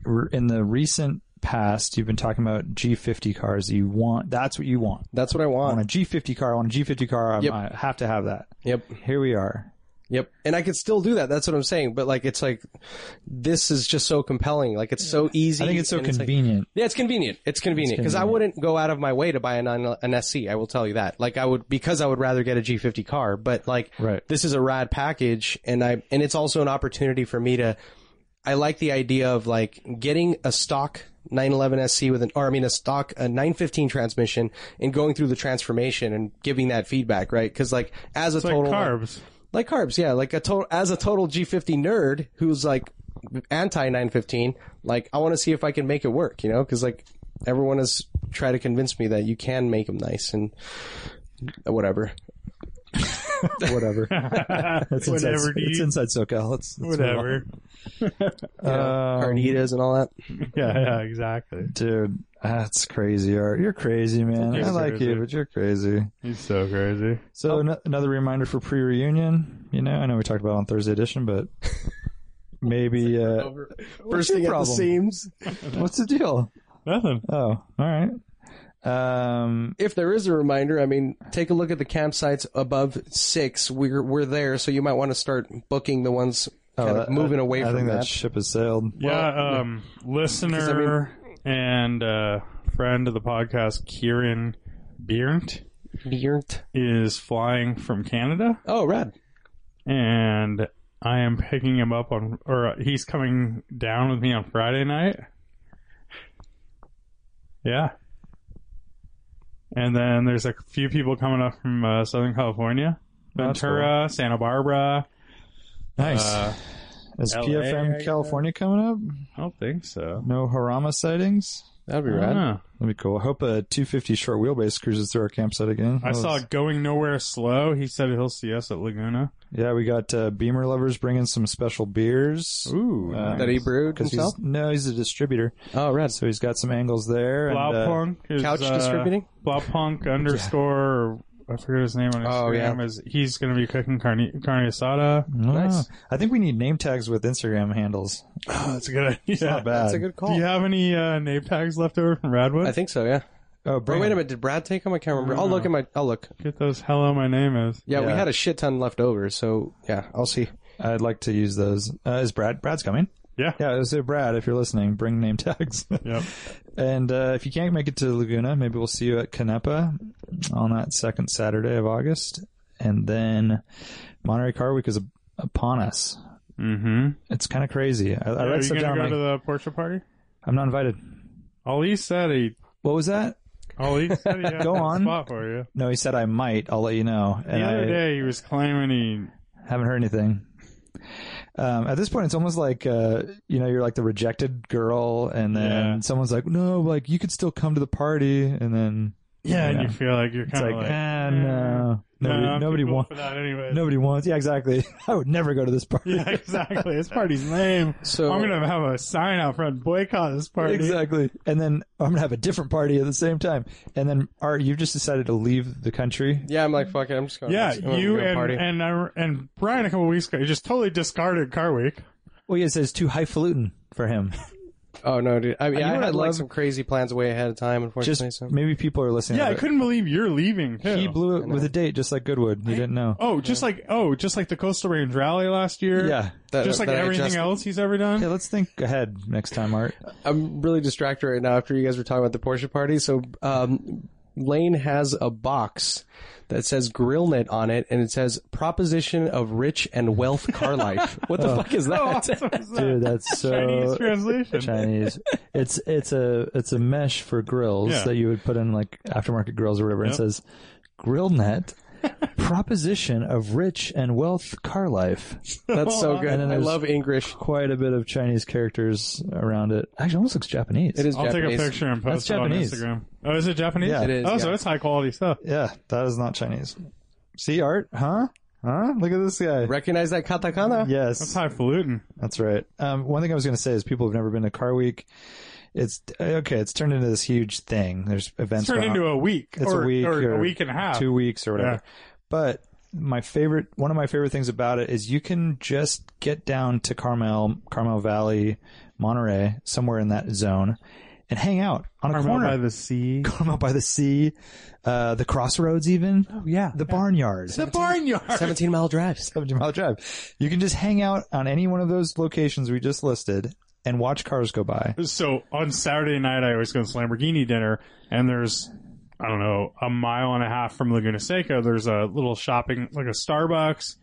were in the recent past you've been talking about G50 cars. You want that's what you want.
That's what I
I want
want.
a G50 car. I want a G50 car. I'm,
Yep.
I have to have that.
Yep.
Here we are.
Yep. And I could still do that. That's what I'm saying. But like, it's like, this is just so compelling. Like, it's so easy.
I think it's so
and like-
convenient.
yeah, it's convenient. It's convenient because I wouldn't go out of my way to buy an an SC. I will tell you that. Like I would because I would rather get a G50 car. But like
Right.
this is a rad package, and I and it's also an opportunity for me to. I like the idea of like getting a stock 911 SC with an or I mean a stock a 915 transmission and going through the transformation and giving that feedback right because like as a
It's like
total
<laughs>
carbs.
like carbs, yeah. Like a total as a total G50 nerd who's like anti 915. Like I want to see if I can make it work, you know, because like everyone has tried to convince me that you can make them nice and
<laughs>
whatever.
Whatever. It's inside,
Whatever, dude.
it's inside SoCal. Let's, let's <laughs>
Whatever.
Uh, Carnitas and all that.
Yeah, yeah, exactly.
Dude, that's crazy. Art. You're crazy, man.
You're
I like
crazy.
you, but you're crazy.
He's so crazy.
Oh.
So ano- another reminder for pre-reunion. You know, I know we talked about it on Thursday edition,
<laughs>
but maybe uh,
Bursting at the
problem?
seams.
what's the deal?
Nothing.
Oh, all right. Um,
If there is a reminder, I mean, take a look at the campsites above six. We're we're there, so you might want to start booking the ones kind
oh,
of
that-
moving away
I
from
think
that.
that ship has sailed.
yeah, um, listener and uh, friend of the podcast, Kieran Biernt,
Beard.
is flying from Canada,
Oh, rad.
and I am picking him up on, or uh, he's coming down with me on Friday night. Yeah. And then there's a few people coming up from uh, Southern California,
That's
Ventura, Santa Barbara.
Nice.
Uh,
Is
LA, I
PFM
guess.
California coming up?
I don't think so.
No Harama sightings.
That'd be
I
Oh,
rad.
don't know.
That'd be cool. I hope a 250 short wheelbase cruises through our campsite again.
I
That
saw
was-
Going Nowhere Slow. He said he'll see us at Laguna.
Yeah, we got uh, Beamer lovers bringing some special beers.
Ooh.
Uh,
That he brewed
Because
himself.
he's no, he's a distributor,
Oh, rad.
so he's got some angles there. and, uh,
Blaupunk is
Couch
uh,
distributing?
<laughs>
Blaupunk underscore I forget his name on
Oh,
Instagram. is he's going to be cooking carne carne asada?
Oh,
Nice.
I think we need name tags with Instagram handles.
Oh, that's a good idea.
Not bad.
<laughs> That's a good
Do
call.
you have any uh, name tags left over from Radwood?
I think so, yeah.
Oh,
Or
Brandon.
wait a minute, did Brad take them? I can't remember. I'll look at my. I'll look.
Get those hello, my name is.
Yeah, we
Yeah.
had a shit ton left over, so yeah, I'll see.
I'd like to use those. Uh, is Brad? Brad's coming.
Yeah.
Yeah, so Brad, if you're listening, bring name tags. <laughs>
Yep.
and uh, if you can't make it to Laguna, maybe we'll see you at Canepa on that second Saturday of August. And then Monterey Car Week is up- upon us.
Mm-hmm.
It's kind of crazy. I, I
Are
write
you
stuff
gonna
down.
go
like,
to the Porsche party?
I'm not invited.
Ali said he.
What was that?
Ali
<laughs>
said he had
Go
a
on.
spot for you.
No, he said I might. I'll let you know.
The
And
other
I
day he was claiming he.
haven't heard anything. Um, at this point, it's almost like uh, you know you're like the rejected girl, and then
Yeah.
someone's like, "No, like you could still come to the party," and then
Yeah, and
Yeah.
you feel like you're
it's
kind
like,
of like, "Mm,
"Ah, no, nobody,
I'm too
nobody
cool
wants,
for that anyway.
nobody wants." Yeah, exactly. <laughs> I would never go to this party. <laughs>
<laughs> Yeah, exactly. This party's lame.
So
I'm gonna have a sign out front boycott this party.
Exactly, and then I'm gonna have a different party at the same time, and then Art, you've just decided to leave the country.
Yeah, I'm like, fuck it, I'm just going.
Yeah,
I'm gonna
you
go
and
party.
and I, and Brian a couple weeks ago, he just totally discarded Car Week.
Well, yeah, it says too highfalutin for him.
oh no, dude. I mean,
know
I
what
had
I'd
like
love?
some crazy plans way ahead of time.
Just
Unfortunately, so.
maybe people are listening.
Yeah,
to
I
it.
couldn't believe you're leaving. Too.
He blew it with a date, just like Goodwood. You didn't know.
Oh, just like oh, just like the Coastal Range Rally last year.
Yeah.
That-
just like
that I
everything
just-
else he's ever
Yeah, <laughs>
done.
let's think ahead next time, Art.
I'm really distracted right now after you guys were talking about the Porsche party. So, um, Lane has a box that says GrillNet on it, and it says "Proposition of Rich and Wealth Car
<laughs>
Life." What the fuck is
How
that?
awesome is that?
Dude,
<laughs>
uh, that's so
Chinese translation.
Chinese. It's it's a it's a mesh for grills
Yeah.
that you would put in like aftermarket grills or whatever. and It
Yep.
says grill net proposition of rich and wealth car life.
That's so good.
Oh, And then
I
there's-
love English.
Quite a bit of Chinese characters around it. Actually, it almost looks Japanese.
It is
I'll
Japanese.
take a picture and post
That's
it on
Japanese.
Instagram. Oh, is it Japanese?
Yeah. It
is,
Oh, so
yeah.
it's high quality stuff.
Yeah, that is not Chinese. See Art? Huh? Huh? Look at this guy.
Recognize that katakana?
Yes.
That's highfalutin.
That's right. Um, one thing I was going to say is people have never been to Car Week. It's okay. It's turned into this huge thing. There's events
It's turned
going on
into a week,
It's a
or,
week
or
or
a week and a half.
two weeks or whatever.
Yeah.
But my favorite, one of my favorite things about it is you can just get down to Carmel, Carmel Valley, Monterey, somewhere in that zone, and hang out on a corner.
by the sea.
<laughs> Carmel by the sea, uh, the crossroads, even
Oh, Yeah,
the barnyard.
the barnyard.
Seventeen mile drives.
70 mile drive. You can just hang out on any one of those locations we just listed and watch cars go by.
So on Saturday night, I always go to this Lamborghini dinner, and there's, I don't know, a mile and a half from Laguna Seca. There's a little shopping, like a Starbucks,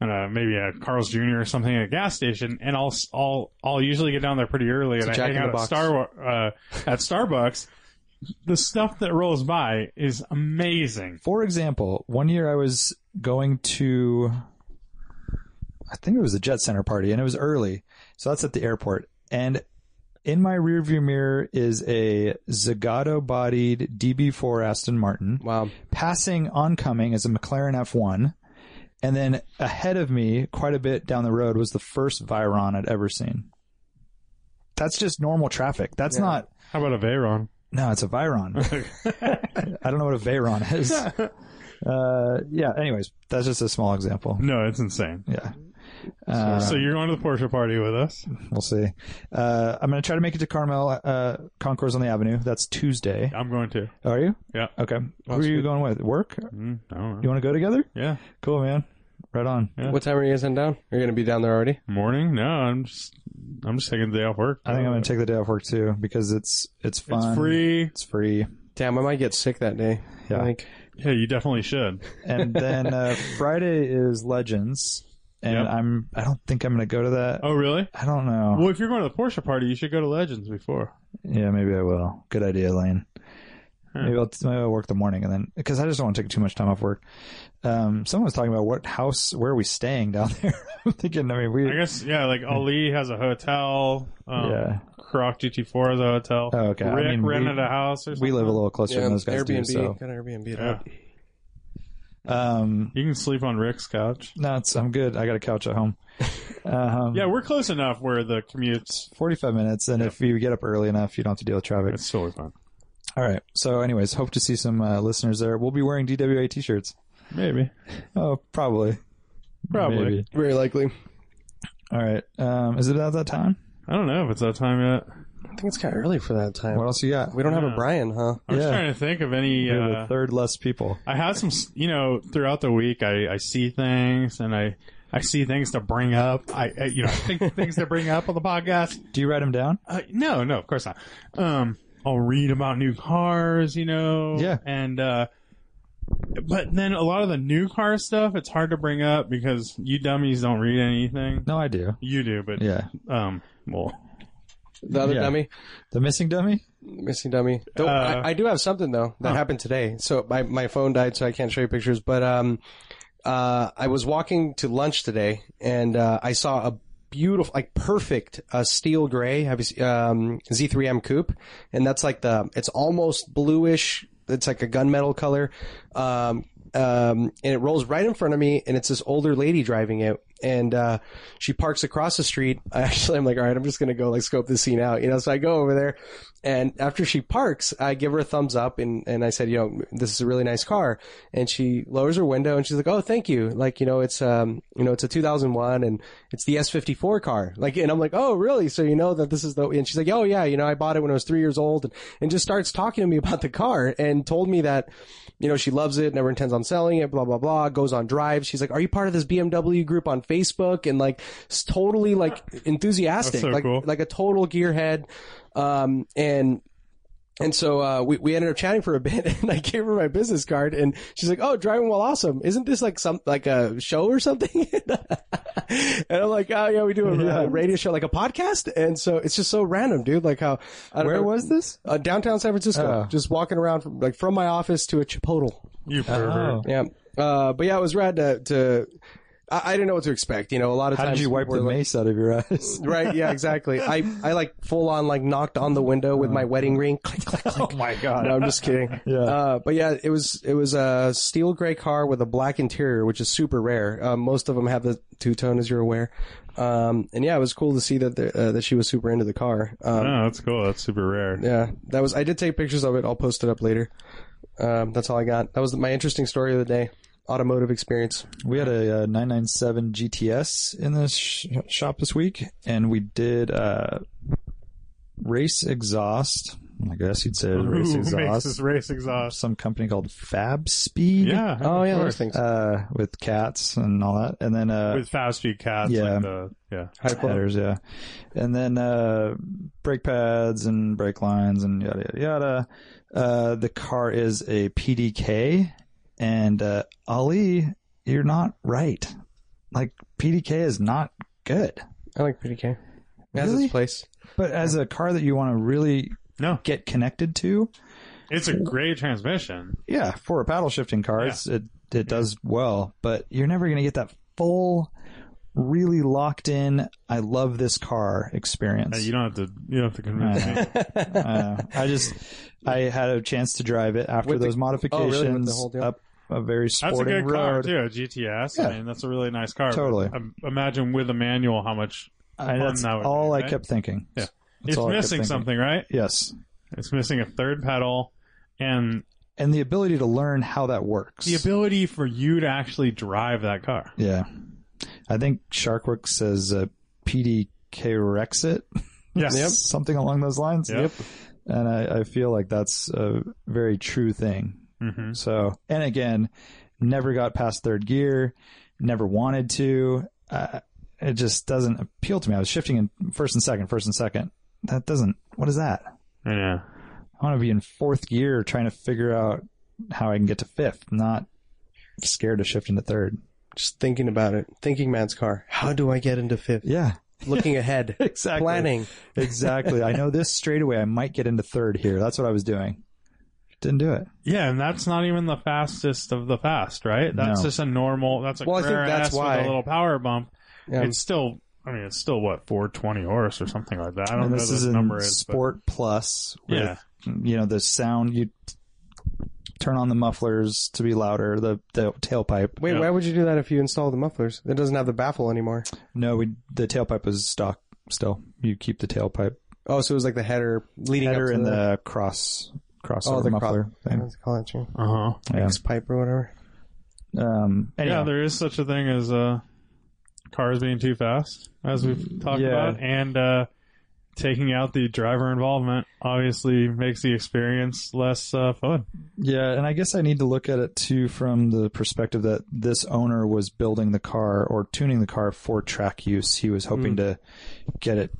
and a, maybe a Carl's Jr. or something at a gas station. And I'll, I'll, I'll usually get down there pretty early, and
a
I
Jack in the
hang out at,
Box.
Star, uh, at Starbucks. The stuff that rolls by is amazing.
For example, one year I was going to, I think it was a Jet Center party and it was early. So that's at the airport. And in my rearview mirror is a Zagato bodied DB4 Aston Martin.
Wow.
passing oncoming is a McLaren F1. And then ahead of me, quite a bit down the road, was the first Viron I'd ever seen. That's just normal traffic. That's not.
How about a Veyron?
No, it's a
<laughs>
Viron. I don't know what a Veyron is. uh, yeah. Anyways, that's just a small example.
No, it's insane.
Yeah. Uh,
so you're going to the Porsche party with us?
we'll see. Uh, I'm gonna try to make it to Carmel uh, Concourse on the Avenue. That's Tuesday.
I'm going to.
Are you?
Yeah.
Okay. Who are you going with? Work?
Mm, I don't
You
know.
want to go together?
Yeah.
Cool, man. Right on.
What time are you guys heading down? You're gonna be down there already?
Morning? No, I'm just I'm just taking the day off work.
I think I'm going to take the day off work too because it's it's fun.
Uh, It's free.
It's free.
Damn, I might get sick that day.
Yeah.
I think.
Yeah, you definitely should.
And then
<laughs>
uh, Friday is Legends, and
Yep.
I'm I don't think I'm going to go to that.
Oh, really?
I don't know.
Well, if you're going to the Porsche party, you should go to Legends before.
Yeah, maybe I will. Good idea, Lane. Maybe I'll maybe I'll work the morning and then because I just don't want to take too much time off work. Um, someone was talking about what house where are we staying down <laughs> there. I'm thinking. I mean, we.
I guess yeah. Like Ali has a hotel. Um,
Yeah.
Croc GT4 has a hotel.
Oh, okay. I
Rick
mean, we-
rented a house or something.
we live a little closer than those guys
Airbnb.
do, so
Gotta Airbnb it
Yeah.
up.
um,
You can sleep on Rick's couch.
no, it's, I'm good. I got a couch at
<laughs>
home. Um,
Yeah, we're close enough where the commute's.
45 minutes, and if you get up early enough, you don't have to deal with traffic.
It's totally fun.
All right. So, anyways, hope to see some uh, listeners there. We'll be wearing DWA t-shirts.
Maybe.
Oh, probably.
Probably.
Maybe.
Very likely.
All right. Um, is it about that time?
I don't know if it's that time yet.
I think it's kind of early for that time.
What else you got?
we don't have
Yeah.
a Brian, huh?
I'm just
Yeah.
trying to think of any.
We're
Uh,
the third less people.
I have some, s- you know, throughout the week, I, I see things and I, I see things to bring up. I, I you know,
<laughs>
I think things to bring up on the podcast.
Do you write them down?
Uh, no, no, of course not. Um, I'll read about new cars, you know.
Yeah.
And, uh, but then a lot of the new car stuff, it's hard to bring up because you dummies don't read anything.
No, I do.
You do, but,
Yeah.
um, well,
The other
Yeah.
dummy,
The missing dummy?
the missing dummy. Don't-
Uh,
I, I do have something though that happened today. So my my phone died, so I can't show you pictures. But um, uh, I was walking to lunch today, and uh, I saw a beautiful, like perfect, uh, steel gray. Have you se- um Z3M coupe? And that's like the it's almost bluish. It's like a gunmetal color. Um, um, and it rolls right in front of me, and it's this older lady driving it. And uh, she parks across the street. <laughs> I actually, I'm like, all right, I'm just gonna go like scope this scene out, you know. So I go over there, and after she parks, I give her a thumbs up, and and I said, you know, this is a really nice car. And she lowers her window, and she's like, oh, thank you. Like, you know, it's um, you know, it's a 2001, and it's the S54 car. Like, and I'm like, oh, really? So you know that this is the? And she's like, oh yeah, you know, I bought it when I was three years old, and and just starts talking to me <laughs> about the car, and told me that you know, she loves it, never intends on selling it, blah, blah, blah, goes on drive. She's like, are you part of this BMW group on Facebook? And like, s- totally like enthusiastic,
That's so
like,
cool.
like a total gearhead. Um, and, and so, uh, we, we ended up chatting for a <laughs> bit and I gave her my business card and she's like, Oh, driving while awesome. Isn't this like some, like a show or something? <laughs> and I'm like, Oh yeah, we do a, a radio show, like a podcast. And so it's just so random, dude. Like how, I don't
Where
know-
was this?
uh, downtown San Francisco,
Oh.
just walking around from, like from my office to a Chipotle.
you pervert.
Oh.
Yeah. Uh, but yeah, it was rad to, to I, I didn't know what to expect. You know, a lot of
How
times
did you wipe
people
the
were like-
mace out of your eyes? <laughs>
Right. Yeah, exactly. I, I like full on like knocked on the window with my wedding ring. Click, click, click.
Uh-huh. <laughs> oh my god.
No, I'm just kidding.
<laughs> Yeah.
Uh, but yeah, it was, it was a steel gray car with a black interior, which is super rare. Uh, most of them have the two tone as you're aware. Um, and yeah, it was cool to see that, the, uh, that she was super into the car. Um,
Oh, that's cool. That's super rare.
yeah, that was. I did take pictures of it. I'll post it up later. Um, that's all I got. That was my interesting story of the day. Automotive experience.
We had a, uh 997 GTS in the sh- shop this week, and we did uh, race exhaust. I guess you'd say it was race
Who makes
exhaust.
this <laughs> race exhaust?
Some company called Fab Speed.
Yeah.
Oh, those things.
Uh, with cats and all that, and then uh,
with fast speed cats.
Yeah.
Like the, yeah.
headers, yeah, and then uh, brake pads and brake lines and yada yada yada. Uh, the car is a PDK, and uh, Ali, you're not right. Like PDK is not good,
I like pretty K. It has
Really?
its place.
but as a car that you want to really
No.
get connected to,
It's a great transmission.
yeah, for a paddle shifting car, it's, it it does well, but you're never going to get that full. Really locked in. I love this car experience. <laughs>
Hey, Uh, you don't have to. You don't have to convince
<laughs>
me.
Uh, I just I had a chance to drive it after
With the-
those modifications
oh, really? With the whole deal?
up a very
That's a
sporting
good car
road.
too. A GTS.
Yeah.
I mean, that's a really nice car. but
Totally.
im- imagine with a manual how much
I, that's
Fun that would
all
be,
I
right?
kept thinking.
Yeah.
That's all I
it's
kept
missing
thinking.
something, right?
Yes,
It's missing a third pedal and
and the ability to learn how that works.
the ability for you to actually drive that car.
yeah, I think Sharkworks says uh, PDK Rexit,
Yes.
<laughs> something along those lines.
Yep.
And I, I feel like that's a very true thing.
hmm
So, and again, never got past third gear, never wanted to. Uh, it just doesn't appeal to me. I was shifting in first and second, first and second. That doesn't, what is that?
I know.
I want to be in fourth gear trying to figure out how I can get to fifth, not scared to shift into third.
Just thinking about it. Thinking man's car. How do I get into fifth?
Yeah,
Looking <laughs> ahead.
exactly.
Planning.
Exactly. I know this straightaway. I might get into third here. That's what I was doing. Didn't do it.
Yeah, and that's not even the fastest of the fast, right? That's
No.
just a normal. That's a
Well, I think
Carrera
that's
S with
why-
a little power bump.
Um,
it's still. I mean, it's still what 420 horse or something like that. I don't
And
know
this
what
is
the
in
number is. but-
Sport Plus with
yeah.
you know the sound you turn on the mufflers to be louder the the tailpipe
Wait,
yeah.
why would you do that if you install the mufflers? It doesn't have the baffle anymore.
no we the tailpipe was stock still you keep the tailpipe
Oh, so it was like the header leading
header
up to
and the cross crossover
oh the
muffler
crop. Oh. I don't know what to call it, too.
Uh huh.
thing.
pipe or whatever.
Yeah. um
Yeah,
anyhow,
there is such a
Mm,
thing as uh, cars being too fast, as we've talked
Yeah.
about, and uh, taking out the driver involvement obviously makes the experience less uh, fun.
Yeah, and I guess I need to look at it too from the perspective that this owner was building the car or tuning the car for track use. He was
Hmm.
hoping to get it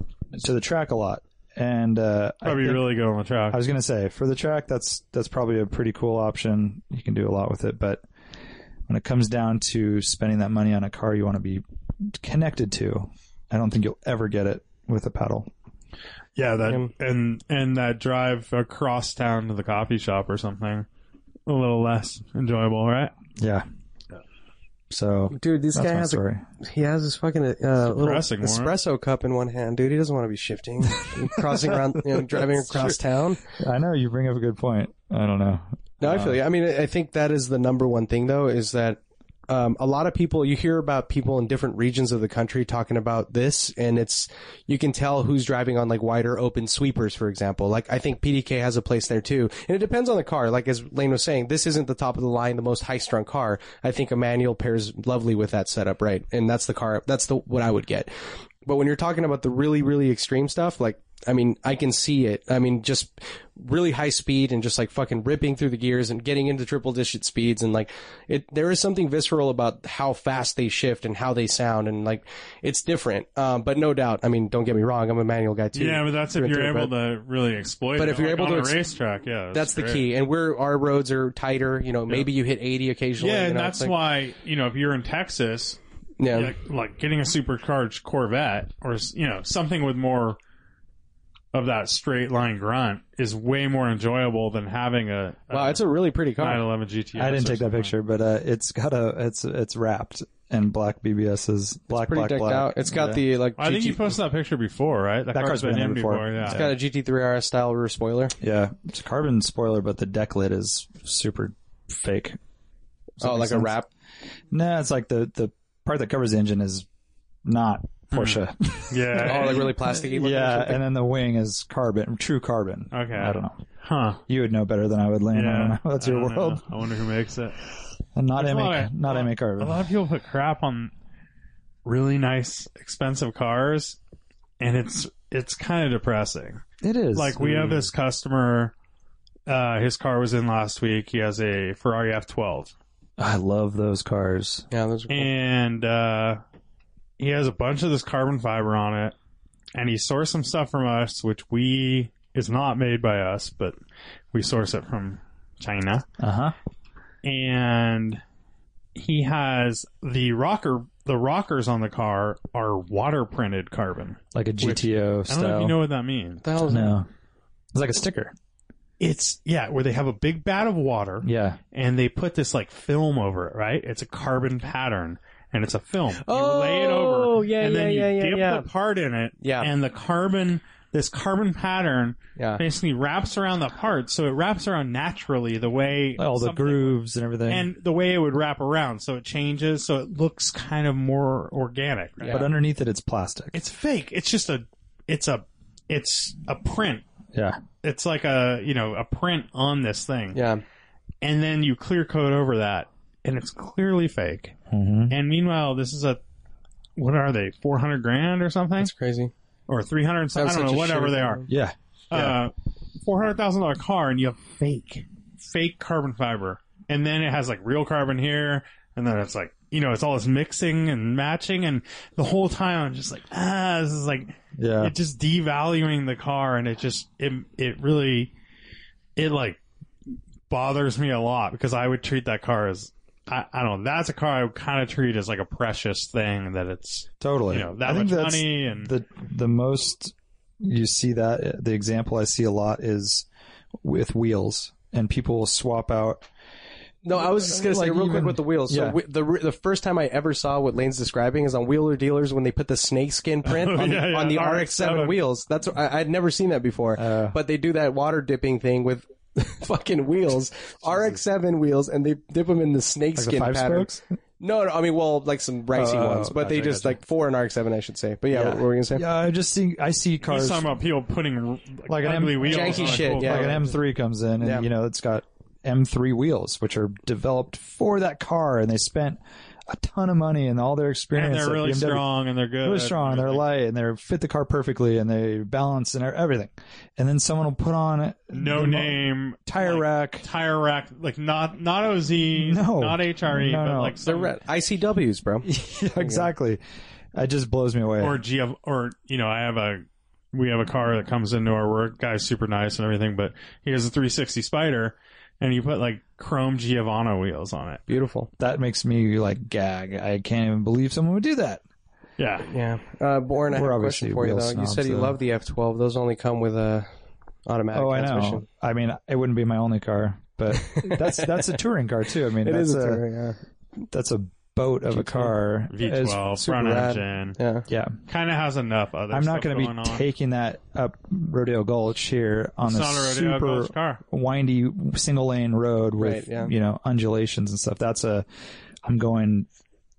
to the track a lot. And uh, I
Probably
think-
really good on the track.
I was gonna say for the track, that's that's probably a pretty cool option. You can do a lot with it, but when it comes down to spending that money on a car you want to be connected to, I don't think you'll ever get it with a pedal.
Yeah, that
Um,
and and that drive across town to the coffee shop or something, a little less enjoyable, right?
Yeah. So
Dude, this
that's
guy
my
has
story.
a he has his fucking uh, little
depressing, Warren.
espresso cup in one hand, dude. He doesn't want to be shifting, <laughs> crossing around, you know, driving across town.
I know you bring up a good point. I don't know.
No, I feel you. I mean, I think that is the number one thing, though, is that um, a lot of people you hear about people in different regions of the country talking about this, and it's you can tell who's driving on like wider open sweepers, for example. Like I think PDK has a place there too, and it depends on the car. Like as Lane was saying, this isn't the top of the line, the most high strung car. I think a manual pairs lovely with that setup, right? And that's the car. That's the what I would get. But when you're talking about the really, really extreme stuff, like, I mean, I can see it. I mean, just really high speed and just like fucking ripping through the gears and getting into triple digit speeds. And like, it, there is something visceral about how fast they shift and how they sound. And like, it's different. Um, but no doubt, I mean, don't get me wrong. I'm a manual guy too.
yeah, but that's if
through and
you're
through,
able
but-
to really exploit.
but
it,
if you're
like,
able
on
to
a
ex-
racetrack, yeah,
That's the
great.
key. And we're, our roads are tighter. You know, maybe you hit 80 occasionally.
Yeah,
you
and
know,
that's
it's like-
why you know if you're in Texas,
Yeah.
like, like getting a supercharged Corvette or you know something with more of that straight line grunt is way more enjoyable than having a, a
Wow, it's a really pretty car.
911 GTS.
I didn't take
or
that
something.
picture, but uh, it's got a it's it's wrapped in black BBS's black
pretty
black
decked
black.
out. It's got the like,
I think
GT
you posted that picture before, right?
That car's been there before.
Yeah.
It's
it's got a GT3 RS style rear spoiler.
Yeah, it's a carbon spoiler, but the deck lid is super fake. Does that
Oh,
make
like a
sense?
wrap.
No, it's like the the part that covers the engine is not
Hmm.
Porsche. <laughs>
yeah.
Oh, like really plasticky. Looking
yeah, and then the wing is carbon, true carbon.
Okay.
I don't know.
Huh.
You would know better than I would, Lane. I don't know. <laughs> That's
I
your
don't know.
world.
I wonder who makes it.
And not
There's a lot
MA,
of-
not MA
A
carbon.
lot of people put crap on really nice, expensive cars, and it's it's kind of depressing.
It is
Like we have this customer. Uh, his car was in last week. He has a Ferrari F12,
I love those cars.
yeah, those are cool.
and uh, he has a bunch of this carbon fiber on it. And he sourced some stuff from us, which we is not made by us, but we source it from China.
Uh huh.
and he has the rocker the rockers on the car are water printed carbon.
Like a GTO
I don't know if
style.
you know what that means.
the hell is
no, it's like a sticker.
It's yeah, where they have a big bat of water
Yeah,
and they put this like film over it, right? It's a carbon pattern and it's a film.
Oh,
you lay it over
yeah,
and then
yeah,
you
yeah, yeah,
dip
yeah.
the part in it
Yeah.
and the carbon this carbon pattern
Yeah.
basically wraps around the part so it wraps around naturally the way
all the
something-
grooves and everything.
and the way it would wrap around, so it changes, so it looks kind of more organic. right?
Yeah.
but uh, underneath it, it's plastic.
It's fake. It's just a, it's a, it's a print.
yeah,
It's like a, you know, a print on this thing,
Yeah.
and then you clear coat over that, and it's clearly fake.
Mhm.
And meanwhile, this is a, what are they, four hundred grand or something,
That's crazy.
or three hundred? I
That was
don't
such a
know, whatever
shitty
they are.
problem.
yeah.
Uh, four hundred thousand dollar car, and you have fake, fake carbon fiber, and then it has like real carbon here, and then it's like you know it's all this mixing and matching, and the whole time I'm just like ah, this is like
Yeah.
it just devaluing the car, and it just it it really it like bothers me a lot because I would treat that car as. I, I don't know. That's a car I would kind of treat as like a precious thing that it's,
totally.
you know, that
I
much
think that's
money and
the the most you see that the example I see a lot is with wheels, and people will swap out.
No, I was just gonna say
Like
real quick
even-
with the wheels. So
yeah.
we, the re- the first time I ever saw what Lane's describing is on Wheeler Dealers when they put the snakeskin
<laughs>
print on,
Oh, yeah,
the,
yeah,
on the
RX-7
RX-7 wheels. That's I, I'd never seen that before. but they do that water dipping thing with <laughs> fucking <laughs> wheels, RX-7 wheels, and they dip them in the snakeskin
five
pattern.
spokes?
No, no, I mean, well, like some ricey
Oh,
ones, but they
gotcha,
just like four in RX-7, I should say. But yeah, what were we gonna say?
Yeah, I just see I see
He's
cars
talking about people putting
Like
like
an
ugly
M-
wheels
Janky
on a
shit,
cool
yeah.
car.
like an M3 comes in, and
Yeah.
you know it's got M3 wheels, which are developed for that car, and they spent a ton of money and all their experience.
And they're
at
really
BMW.
strong and they're good.
really strong and they're
everything.
light and they fit the car perfectly and they balance and everything. And then someone will put on
no
the mo-
name
tire
like,
rack. <laughs>
tire rack like not not OZ,
No.
not HRE,
No,
but
no.
like
They're
some
red. ICWs, bro.
Yeah, exactly. It just blows me away.
or G or you know I have a we have a car that comes into our work. Guy's super nice and everything, but he has a 360 Spider, and you put like chrome Giovanna wheels on it.
Beautiful.
that makes me like gag. I can't even believe someone would do that.
Yeah,
Yeah. Uh, Born, I
We're
have a
obviously
question for you,
wheel
though. You
snobs,
said you
though.
love the F12. Those only come with a automatic
oh, I
transmission.
know. I mean, it wouldn't be my only car,
<laughs>
but that's that's a touring car too. I mean,
It
that's
is
a,
a touring, yeah.
that's a boat of a car. It's
V12
super
front
rad.
engine,
Yeah.
Yeah,
kind of has enough other.
I'm not
going to
be taking that up Rodeo Gulch here on
It's
this
not a rodeo
super
ghost car.
windy single lane road with
Right, yeah.
you know undulations and stuff. That's a I'm going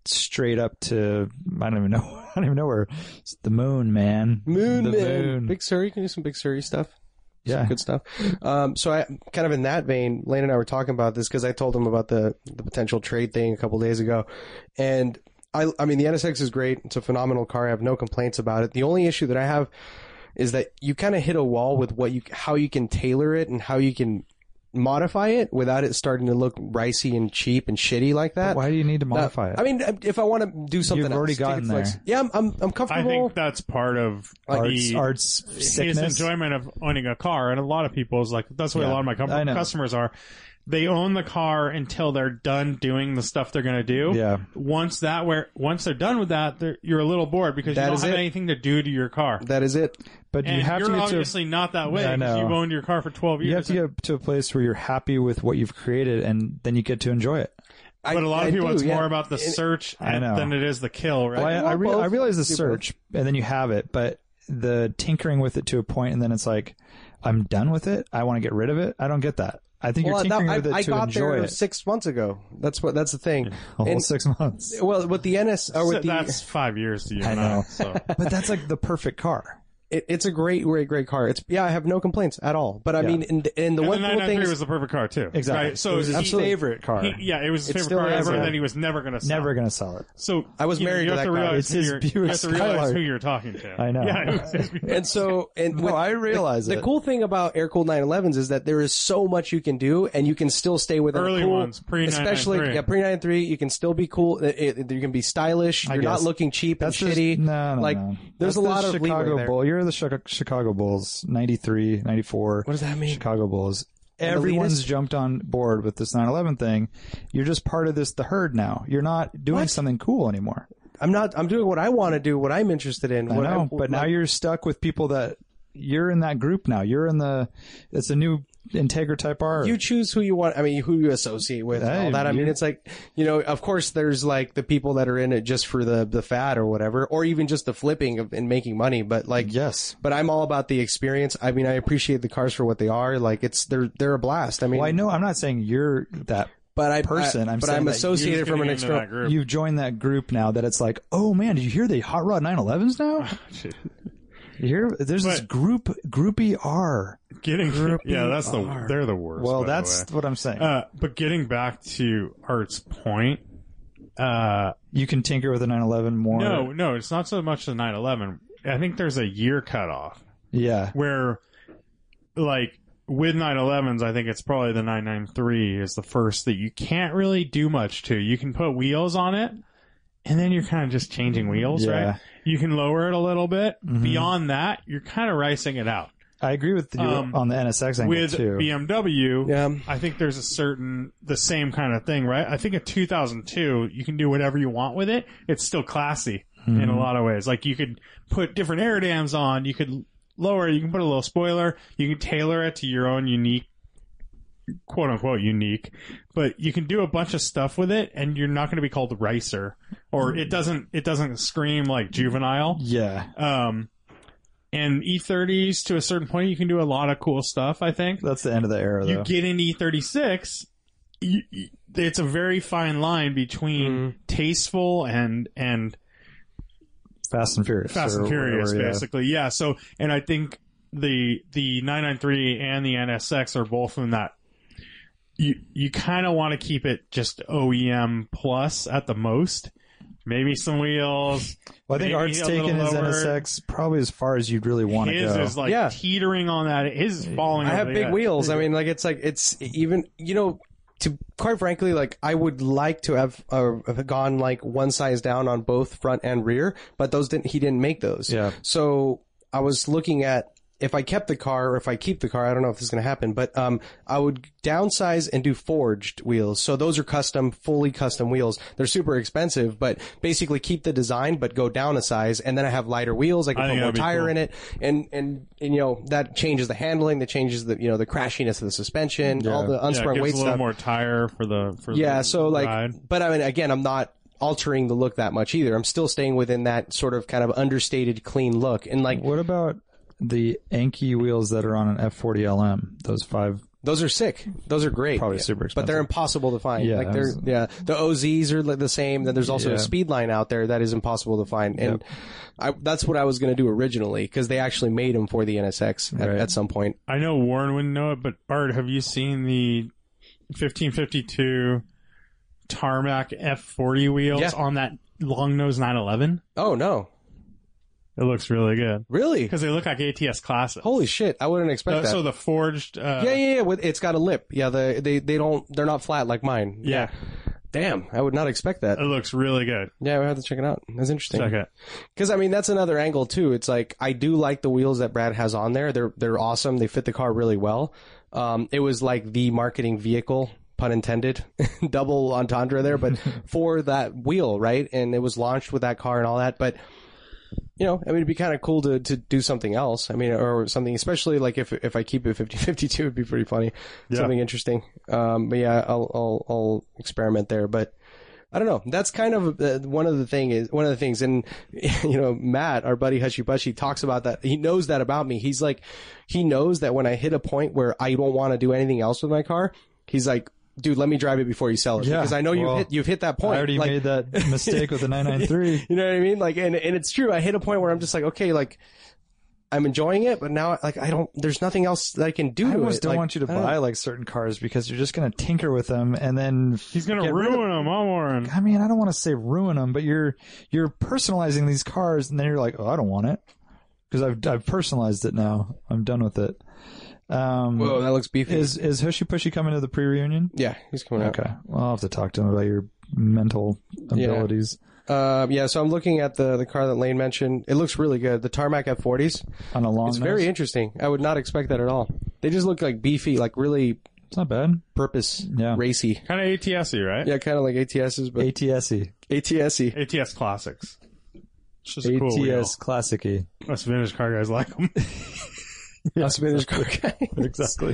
straight up to I don't even know <laughs> I don't even know where it's the moon, man.
Moon
the
Man.
moon.
Big Sur. You can do some Big Sur stuff.
yeah.
good stuff. Um, so I kind of in that vein, Lane and I were talking about this because I told him about the the potential trade thing a couple days ago, and I I mean the NSX is great. It's a phenomenal car. I have no complaints about it. The only issue that I have is that you kind of hit a wall with what you how you can tailor it and how you can modify it without it starting to look ricey and cheap and shitty like that.
Why do you need to
Uh,
modify it?
I mean, if I want to do something,
You've already
else, take it
gotten
flex-
there.
Yeah, I'm I'm, I'm
I
comfortable.
think that's part of
arts,
the
arts
his
sickness.
enjoyment of owning a car, and a lot of people is like that's what
Yeah,
a lot of my com-
I know.
customers are. They own the car until they're done doing the stuff they're going to do.
Yeah.
Once that where once they're done with that, they're- you're a little bored because
That
you don't
is
have
it.
anything to do to your car.
that is it.
But
and
you have
are
to get to a
obviously not that way
I
because
know.
you've owned your car for 12 years.
you have to get to a place where you're happy with what you've created, and then you get to enjoy it.
I-
but a lot
I
of people,
do,
it's
yeah.
more about the search
I
and-
know.
than it is the kill, right?
Well, I, I,
want
re-
both.
I realize the
Do both.
search, and then you have it, but the tinkering with it to a point, and then it's like, I'm done with it. I want to get rid of it. I don't get that. I think
Well,
you're
that-
tinkering
I,
with it
I
to
got
enjoy
there
it.
six months ago. That's what. That's the thing.
a whole
And-
six
<laughs>
months.
well, with the NS or
So
with the,
that's five years to you.
I
and
know.
so.
But that's like the perfect car.
it, it's a great, great, great car. It's yeah, I have no complaints at all. But I mean, and, the- and the
And
one
the
cool thing
993
is,
was the perfect car too.
Exactly.
Right? So
it was his
he-
favorite car.
he- yeah, it was his
It's
favorite car
still
ever,
ever.
and then he was never going to sell.
Never gonna sell it.
So
I was
you know,
married
you
to that
have
guy.
realize
It's
who
his
you're-
Buick
You have to realize
Skylark.
who you're talking to.
I know.
Yeah, it was his Buick.
and so and with-
No, I realize
the
it.
cool thing about air cooled 911s is that there is so much you can do, and you can still stay within
Early
a cool,
ones, pre-993.
especially yeah, pre 93. You can still be cool. It, it- you can be stylish. You're not
guess.
looking cheap
That's
and
just-
shitty.
no, no,
like
no.
there's
That's
a
the
lot of leeway
Chicago
there.
Bull. You're the Chica- Chicago Bulls, 93, 94.
What does that mean?
Chicago Bulls. Everyone's jumped on board with this 911 thing. You're just part of this, the herd now. You're not doing something cool anymore.
I'm not. I'm doing what I want to do. What I'm interested in.
I
what
know, but now you're stuck with people that you're in that group now. You're in the, it's a new Integra Type R.
you choose who you want. I mean, who you associate with and all
Hey,
that. I mean,
you-
it's like you know. Of course, there's like the people that are in it just for the the fad or whatever, or even just the flipping of, and making money. But like,
yes.
But I'm all about the experience. I mean, I appreciate the cars for what they are. Like, it's they're they're a blast. I mean,
Well, I know I'm not saying you're that
but I
person,
I,
I'm
but
saying
I'm
that
You're
associated
just
from an
getting into that
external.
group.
You've joined that group now that it's like, oh man, did you hear the Hot Rod 911s
<laughs>
now?
Shit.
You hear? There's this
But-
group, groupie R.
Getting yeah, that's the
R.
they're the worst.
Well,
by the
that's
way.
what I'm saying.
Uh, but getting back to Art's point, uh,
you can tinker with a 911 more.
no, no, it's not so much the 911. I think there's a year cutoff
Yeah.
where, like, with 911s, I think it's probably the 993 is the first that you can't really do much to. You can put wheels on it, and then you're kind of just changing wheels,
Yeah. Mm-hmm.
right? You can lower it a little bit. Beyond that, you're kind of ricing it out.
I agree with you
Um,
on the NSX angle
with
too.
BMW,
Yeah.
I think there's a certain the same kind of thing, right? I think a 2002, you can do whatever you want with it. It's still classy in a lot of ways. Like you could put different air dams on, you could lower, you can put a little spoiler, you can tailor it to your own unique quote unquote unique, but you can do a bunch of stuff with it and you're not going to be called ricer or it doesn't it doesn't scream like juvenile.
yeah,
Um and E30s to a certain point you can do a lot of cool stuff, I think
that's the end of the era
you
though.
get an E36, you, you- it's a very fine line between
Hmm.
tasteful and and
Fast and Furious.
Fast and
or
Furious,
whatever, yeah.
basically. Yeah. So, and I think the the 993 and the NSX are both in that you you kind of want to keep it just OEM plus at the most. Maybe some wheels.
Well, I think
maybe
Art's
a
taken
little
his
lower.
NSX probably as far as you'd really want to
His
go.
is like
Yeah.
teetering on that. His is falling.
I
over
have
the uh,
big
edge.
wheels. I mean, like it's like it's even you know. To quite frankly, like I would like to have, uh, have gone like one size down on both front and rear, but those didn't. He didn't make those.
Yeah.
So I was looking at if I kept the car or if I keep the car. I don't know if this is going to happen, but um, I would downsize and do forged wheels. So those are custom, fully custom wheels. They're super expensive, but basically keep the design but go down a size, and then I have lighter wheels. I can
I
put
think
more
that'd be
tire
cool.
in it, and and and you know that changes the handling, that changes the you know the crashiness of the suspension, all the
Yeah, it
unsprung
gives
weight
a little
stuff.
more tire for the for
yeah,
The
so like,
ride.
but I mean, again, I'm not altering the look that much either. I'm still staying within that sort of kind of understated, clean look, and like
What about the Anki wheels that are on an F40 LM? Those five
Those are sick. Those are great.
Probably super
But they're
expensive.
impossible to find.
Yeah,
Like they're,
absolutely.
yeah. The OZs are like the same. Then there's also
Yeah.
a speed line out there that is impossible to find. And I, that's what I was going to do originally because they actually made them for the NSX at,
Right.
at some point.
I know Warren wouldn't know it, but Art, have you seen the 1552 tarmac F40 wheels
Yeah.
on that long nose 911?
Oh no.
It looks really good
Really?
because they look like ATS classes.
Holy shit. I wouldn't expect
Uh,
that.
so the forged, uh,
yeah, yeah, yeah. With, it's got a lip. Yeah. The, they, they don't, they're not flat like mine.
yeah,
Damn. I would not expect that.
it looks really good.
Yeah. We have to check it out. That's interesting.
Check it.
Because I mean, that's another angle too. It's like I do like the wheels that Brad has on there. They're they're awesome. They fit the car really well. Um, it was like the marketing vehicle, pun intended, <laughs> double entendre there, but for that wheel, right? And it was launched with that car and all that, but. You know, I mean, it'd be kind of cool to, to do something else. I mean, or something, especially like if, if I keep it 50-52, it'd be pretty funny. Something interesting. Um, but yeah, I'll, I'll, I'll experiment there, but I don't know. That's kind of uh, one of the thing is one of the things, and <laughs> you know, Matt, our buddy Hushy Bushy, talks about that. He knows that about me. He's like, he knows that when I hit a point where I don't want to do anything else with my car, he's like, dude, let me drive it before you sell it
Yeah,
because I know
well,
you've hit you've hit that point.
I already
Like,
made <laughs> that mistake with the 993.
<laughs> you know what I mean? Like, and and it's true. I hit a point where I'm just like, okay, like. I'm enjoying it, but now like I don't. There's nothing else that I can do.
I
to
almost
it.
don't
Like,
want you to
I don't know.
buy like certain cars because you're just going to tinker with them and then
He's gonna
Get rid of-
ruin them, huh, Warren?
I mean, I don't want to say ruin them, but you're you're personalizing these cars, and then you're like, oh, I don't want it because I've I've personalized it now. I'm done with it. Um,
Whoa, that looks beefy.
is is Hushy Pushy coming to the pre reunion?
yeah, he's coming out.
Okay, well, I'll have to talk to him about your mental abilities.
Um, yeah, so I'm looking at the the car that Lane mentioned. It looks really good. The Tarmac F40s.
On a long,
It's
nose.
very interesting. I would not expect that at all. They just look like beefy, like really
it's not bad.
purpose
Yeah.
racy.
Kind of ATSy, right?
Yeah, kind of like ATSs, but
ATSE, <laughs>
ATSy.
ATS classics. It's just a cool wheel.
ATS Classic E.
Us vintage car guys like
<laughs>
them.
Us vintage car guys.
<laughs> Exactly.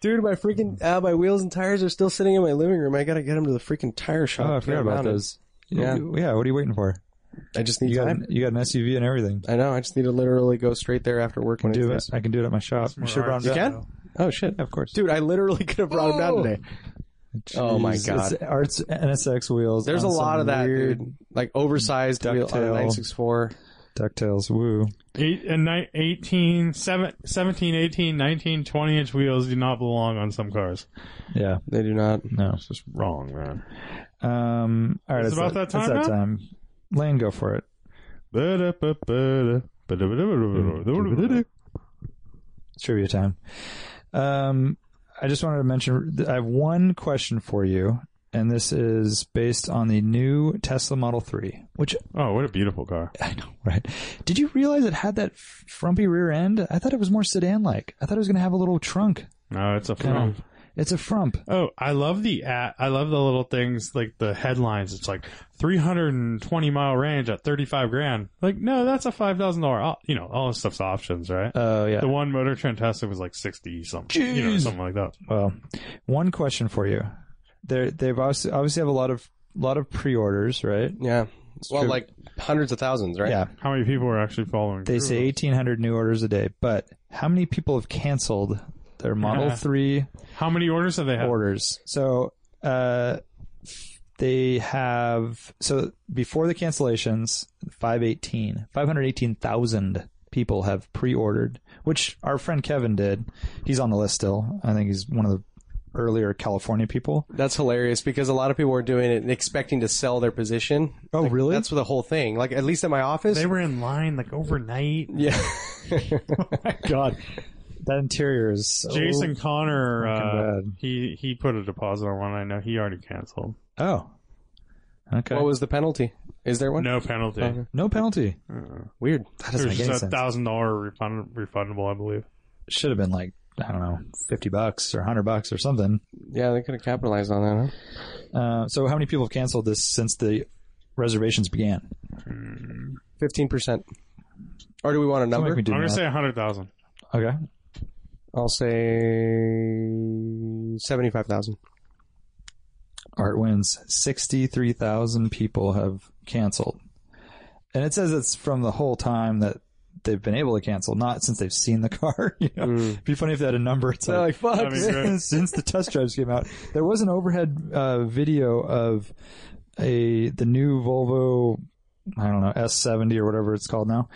Dude, my freaking uh, my wheels and tires are still sitting in my living room. I gotta get them to the freaking tire shop.
Oh, I
Get
forgot
'em
about
mounted.
those.
Yeah.
You- yeah. What are you waiting for?
I just need
You got
time.
an, you got an SUV and everything.
I know. I just need to literally go straight there after work when
Do it.
it's
I can do it at my shop. You should have brought
You
it
can?
down.
Oh shit,
Yeah, of course.
dude! I literally <laughs> could have brought them down
Whoa.
today. Oh my
Jeez,
God.
it's Arts NSX wheels.
There's a
on
lot
some
of that,
weird
dude. Like oversized wheel uh, on a
Ducktail.
964.
Ducktales. Woo.
Eight and ni- 18, seven, 17, 18, 19, 20 inch wheels do not belong on some cars.
Yeah.
They do not.
No.
It's just wrong, man. <laughs>
Um. All right.
It's about that
It's
time
that
now?
time. Lane, go for it. It's trivia time. Um. I just wanted to mention. I have one question for you, and this is based on the new Tesla Model Three, which
Oh, what a beautiful car.
<laughs> I know, right? Did you realize it had that f- frumpy rear end? I thought it was more sedan-like. I thought it was going to have a little trunk.
No, it's a
kinda-
fun.
It's a frump.
Oh, I love the at, I love the little things like the headlines. It's like 320 mile range at 35 grand. Like, no, that's a $5,000. op- You know, all this stuff's options, right?
Oh yeah.
the one motor trend Tesla was like 60 something, you know,
Jeez.
something like that.
Well, one question for you. They they've obviously, obviously have a lot of lot of pre-orders, right?
Yeah. well,
true.
like hundreds of thousands, right?
Yeah.
How many people are actually following?
They
through?
say 1800 new orders a day, but how many people have canceled their Model
Yeah.
3
How many orders have they had?
orders? So, uh they have so before the cancellations, 518 518,000 people have pre-ordered, which our friend Kevin did. He's on the list still. I think he's one of the earlier California people.
That's hilarious because a lot of people were doing it and expecting to sell their position.
Oh, really?
That's the whole thing. Like at least at my office.
They were in line like overnight.
<laughs> yeah.
God, that interior is so
Jason Connor, uh,
Oh, Fucking bad.
he he put a deposit on one. I know he already canceled.
Oh, okay.
What was the penalty? Is there one?
No penalty.
Okay.
no penalty.
Weird.
That
It
doesn't
was
make any
just uh, a
sense.
thousand dollar refund refundable, I believe.
Should have been like I don't know, fifty bucks or hundred bucks or something.
Yeah, they could have capitalized on that. Huh?
Uh, so, how many people have canceled this since the reservations began?
Fifteen percent. Or do we want a
Don't
number?
make me do
I'm gonna
math.
say a hundred thousand.
okay.
I'll say seventy-five thousand.
Art wins. Sixty-three thousand people have canceled, and it says it's from the whole time that they've been able to cancel, not since they've seen the car. <laughs> you know? It'd be funny if they had a number. It's like,
fuck.
I mean, great.
since the test drives came out, there was an overhead uh, video of a the new Volvo, I don't know S70 or whatever it's called now,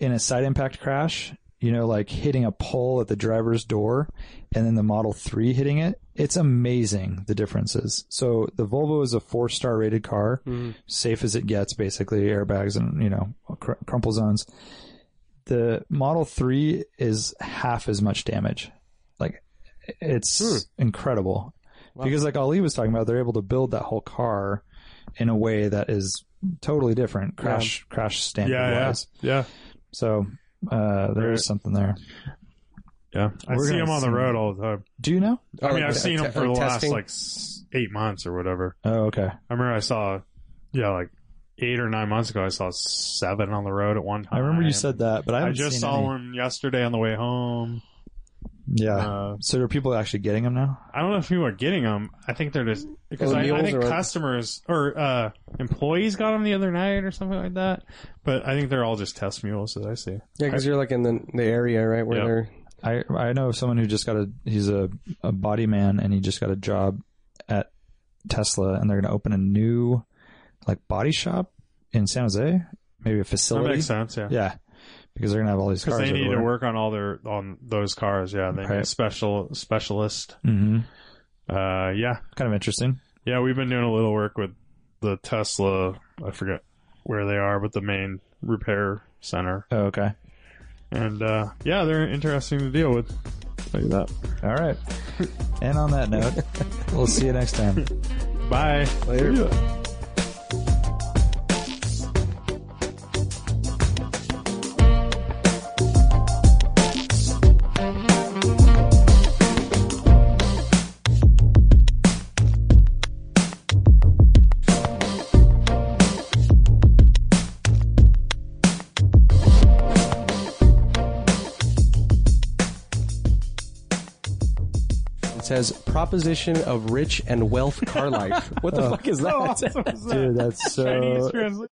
in a side impact crash. You know, like hitting a pole at the driver's door, and then the Model Three hitting it. It's amazing the differences. So the Volvo is a four star rated car,
Mm-hmm.
safe as it gets, basically airbags and you know cr- crumple zones. The Model Three is half as much damage. Like it's
Hmm.
incredible because like ali was talking about they're able to build that whole car in a way that is totally different crash crash standard
Yeah,
wise
yeah,
so uh, there is
Right.
something there
yeah, I
We're
see
gonna
him on the
see- Oh,
road all the time.
do you know
I mean, I've seen him for the last like s- eight months or whatever.
oh okay
I remember I saw, yeah, like eight or nine months ago, I saw seven on the road at one time.
i remember you said that but i,
I,
haven't
just
seen
saw
any.
one yesterday on the way home.
yeah
Uh,
so are people actually getting them now
I don't know if people are getting them. I think they're just because
Well, the
I, I
mules
think
are-
customers or uh, employees got them the other night or something like that. But I think they're all just test mules that I see.
Yeah, because you're like in the the area right where
Yeah.
they're.
i i know of someone who just got a he's a, a body man and he just got a job at tesla and they're going to open a new like body shop in san jose maybe a
That
facility
makes sense. Yeah.
Yeah, because they're gonna have all these
Because
cars.
they need to
everywhere.
work on all their on those cars, yeah. They need
Right.
a special specialist.
Mhm.
Uh, yeah,
Kind of interesting.
yeah. We've been doing a little work with the Tesla. I forget where they are, but the main repair center,
Oh, okay.
and uh, yeah, they're interesting to deal with. Tell you that.
All right. and on that note, we'll see you next time.
Bye.
It says proposition Oh. of rich and wealth car life. What the fuck is that?
Dude, that's so.
Chinese translation.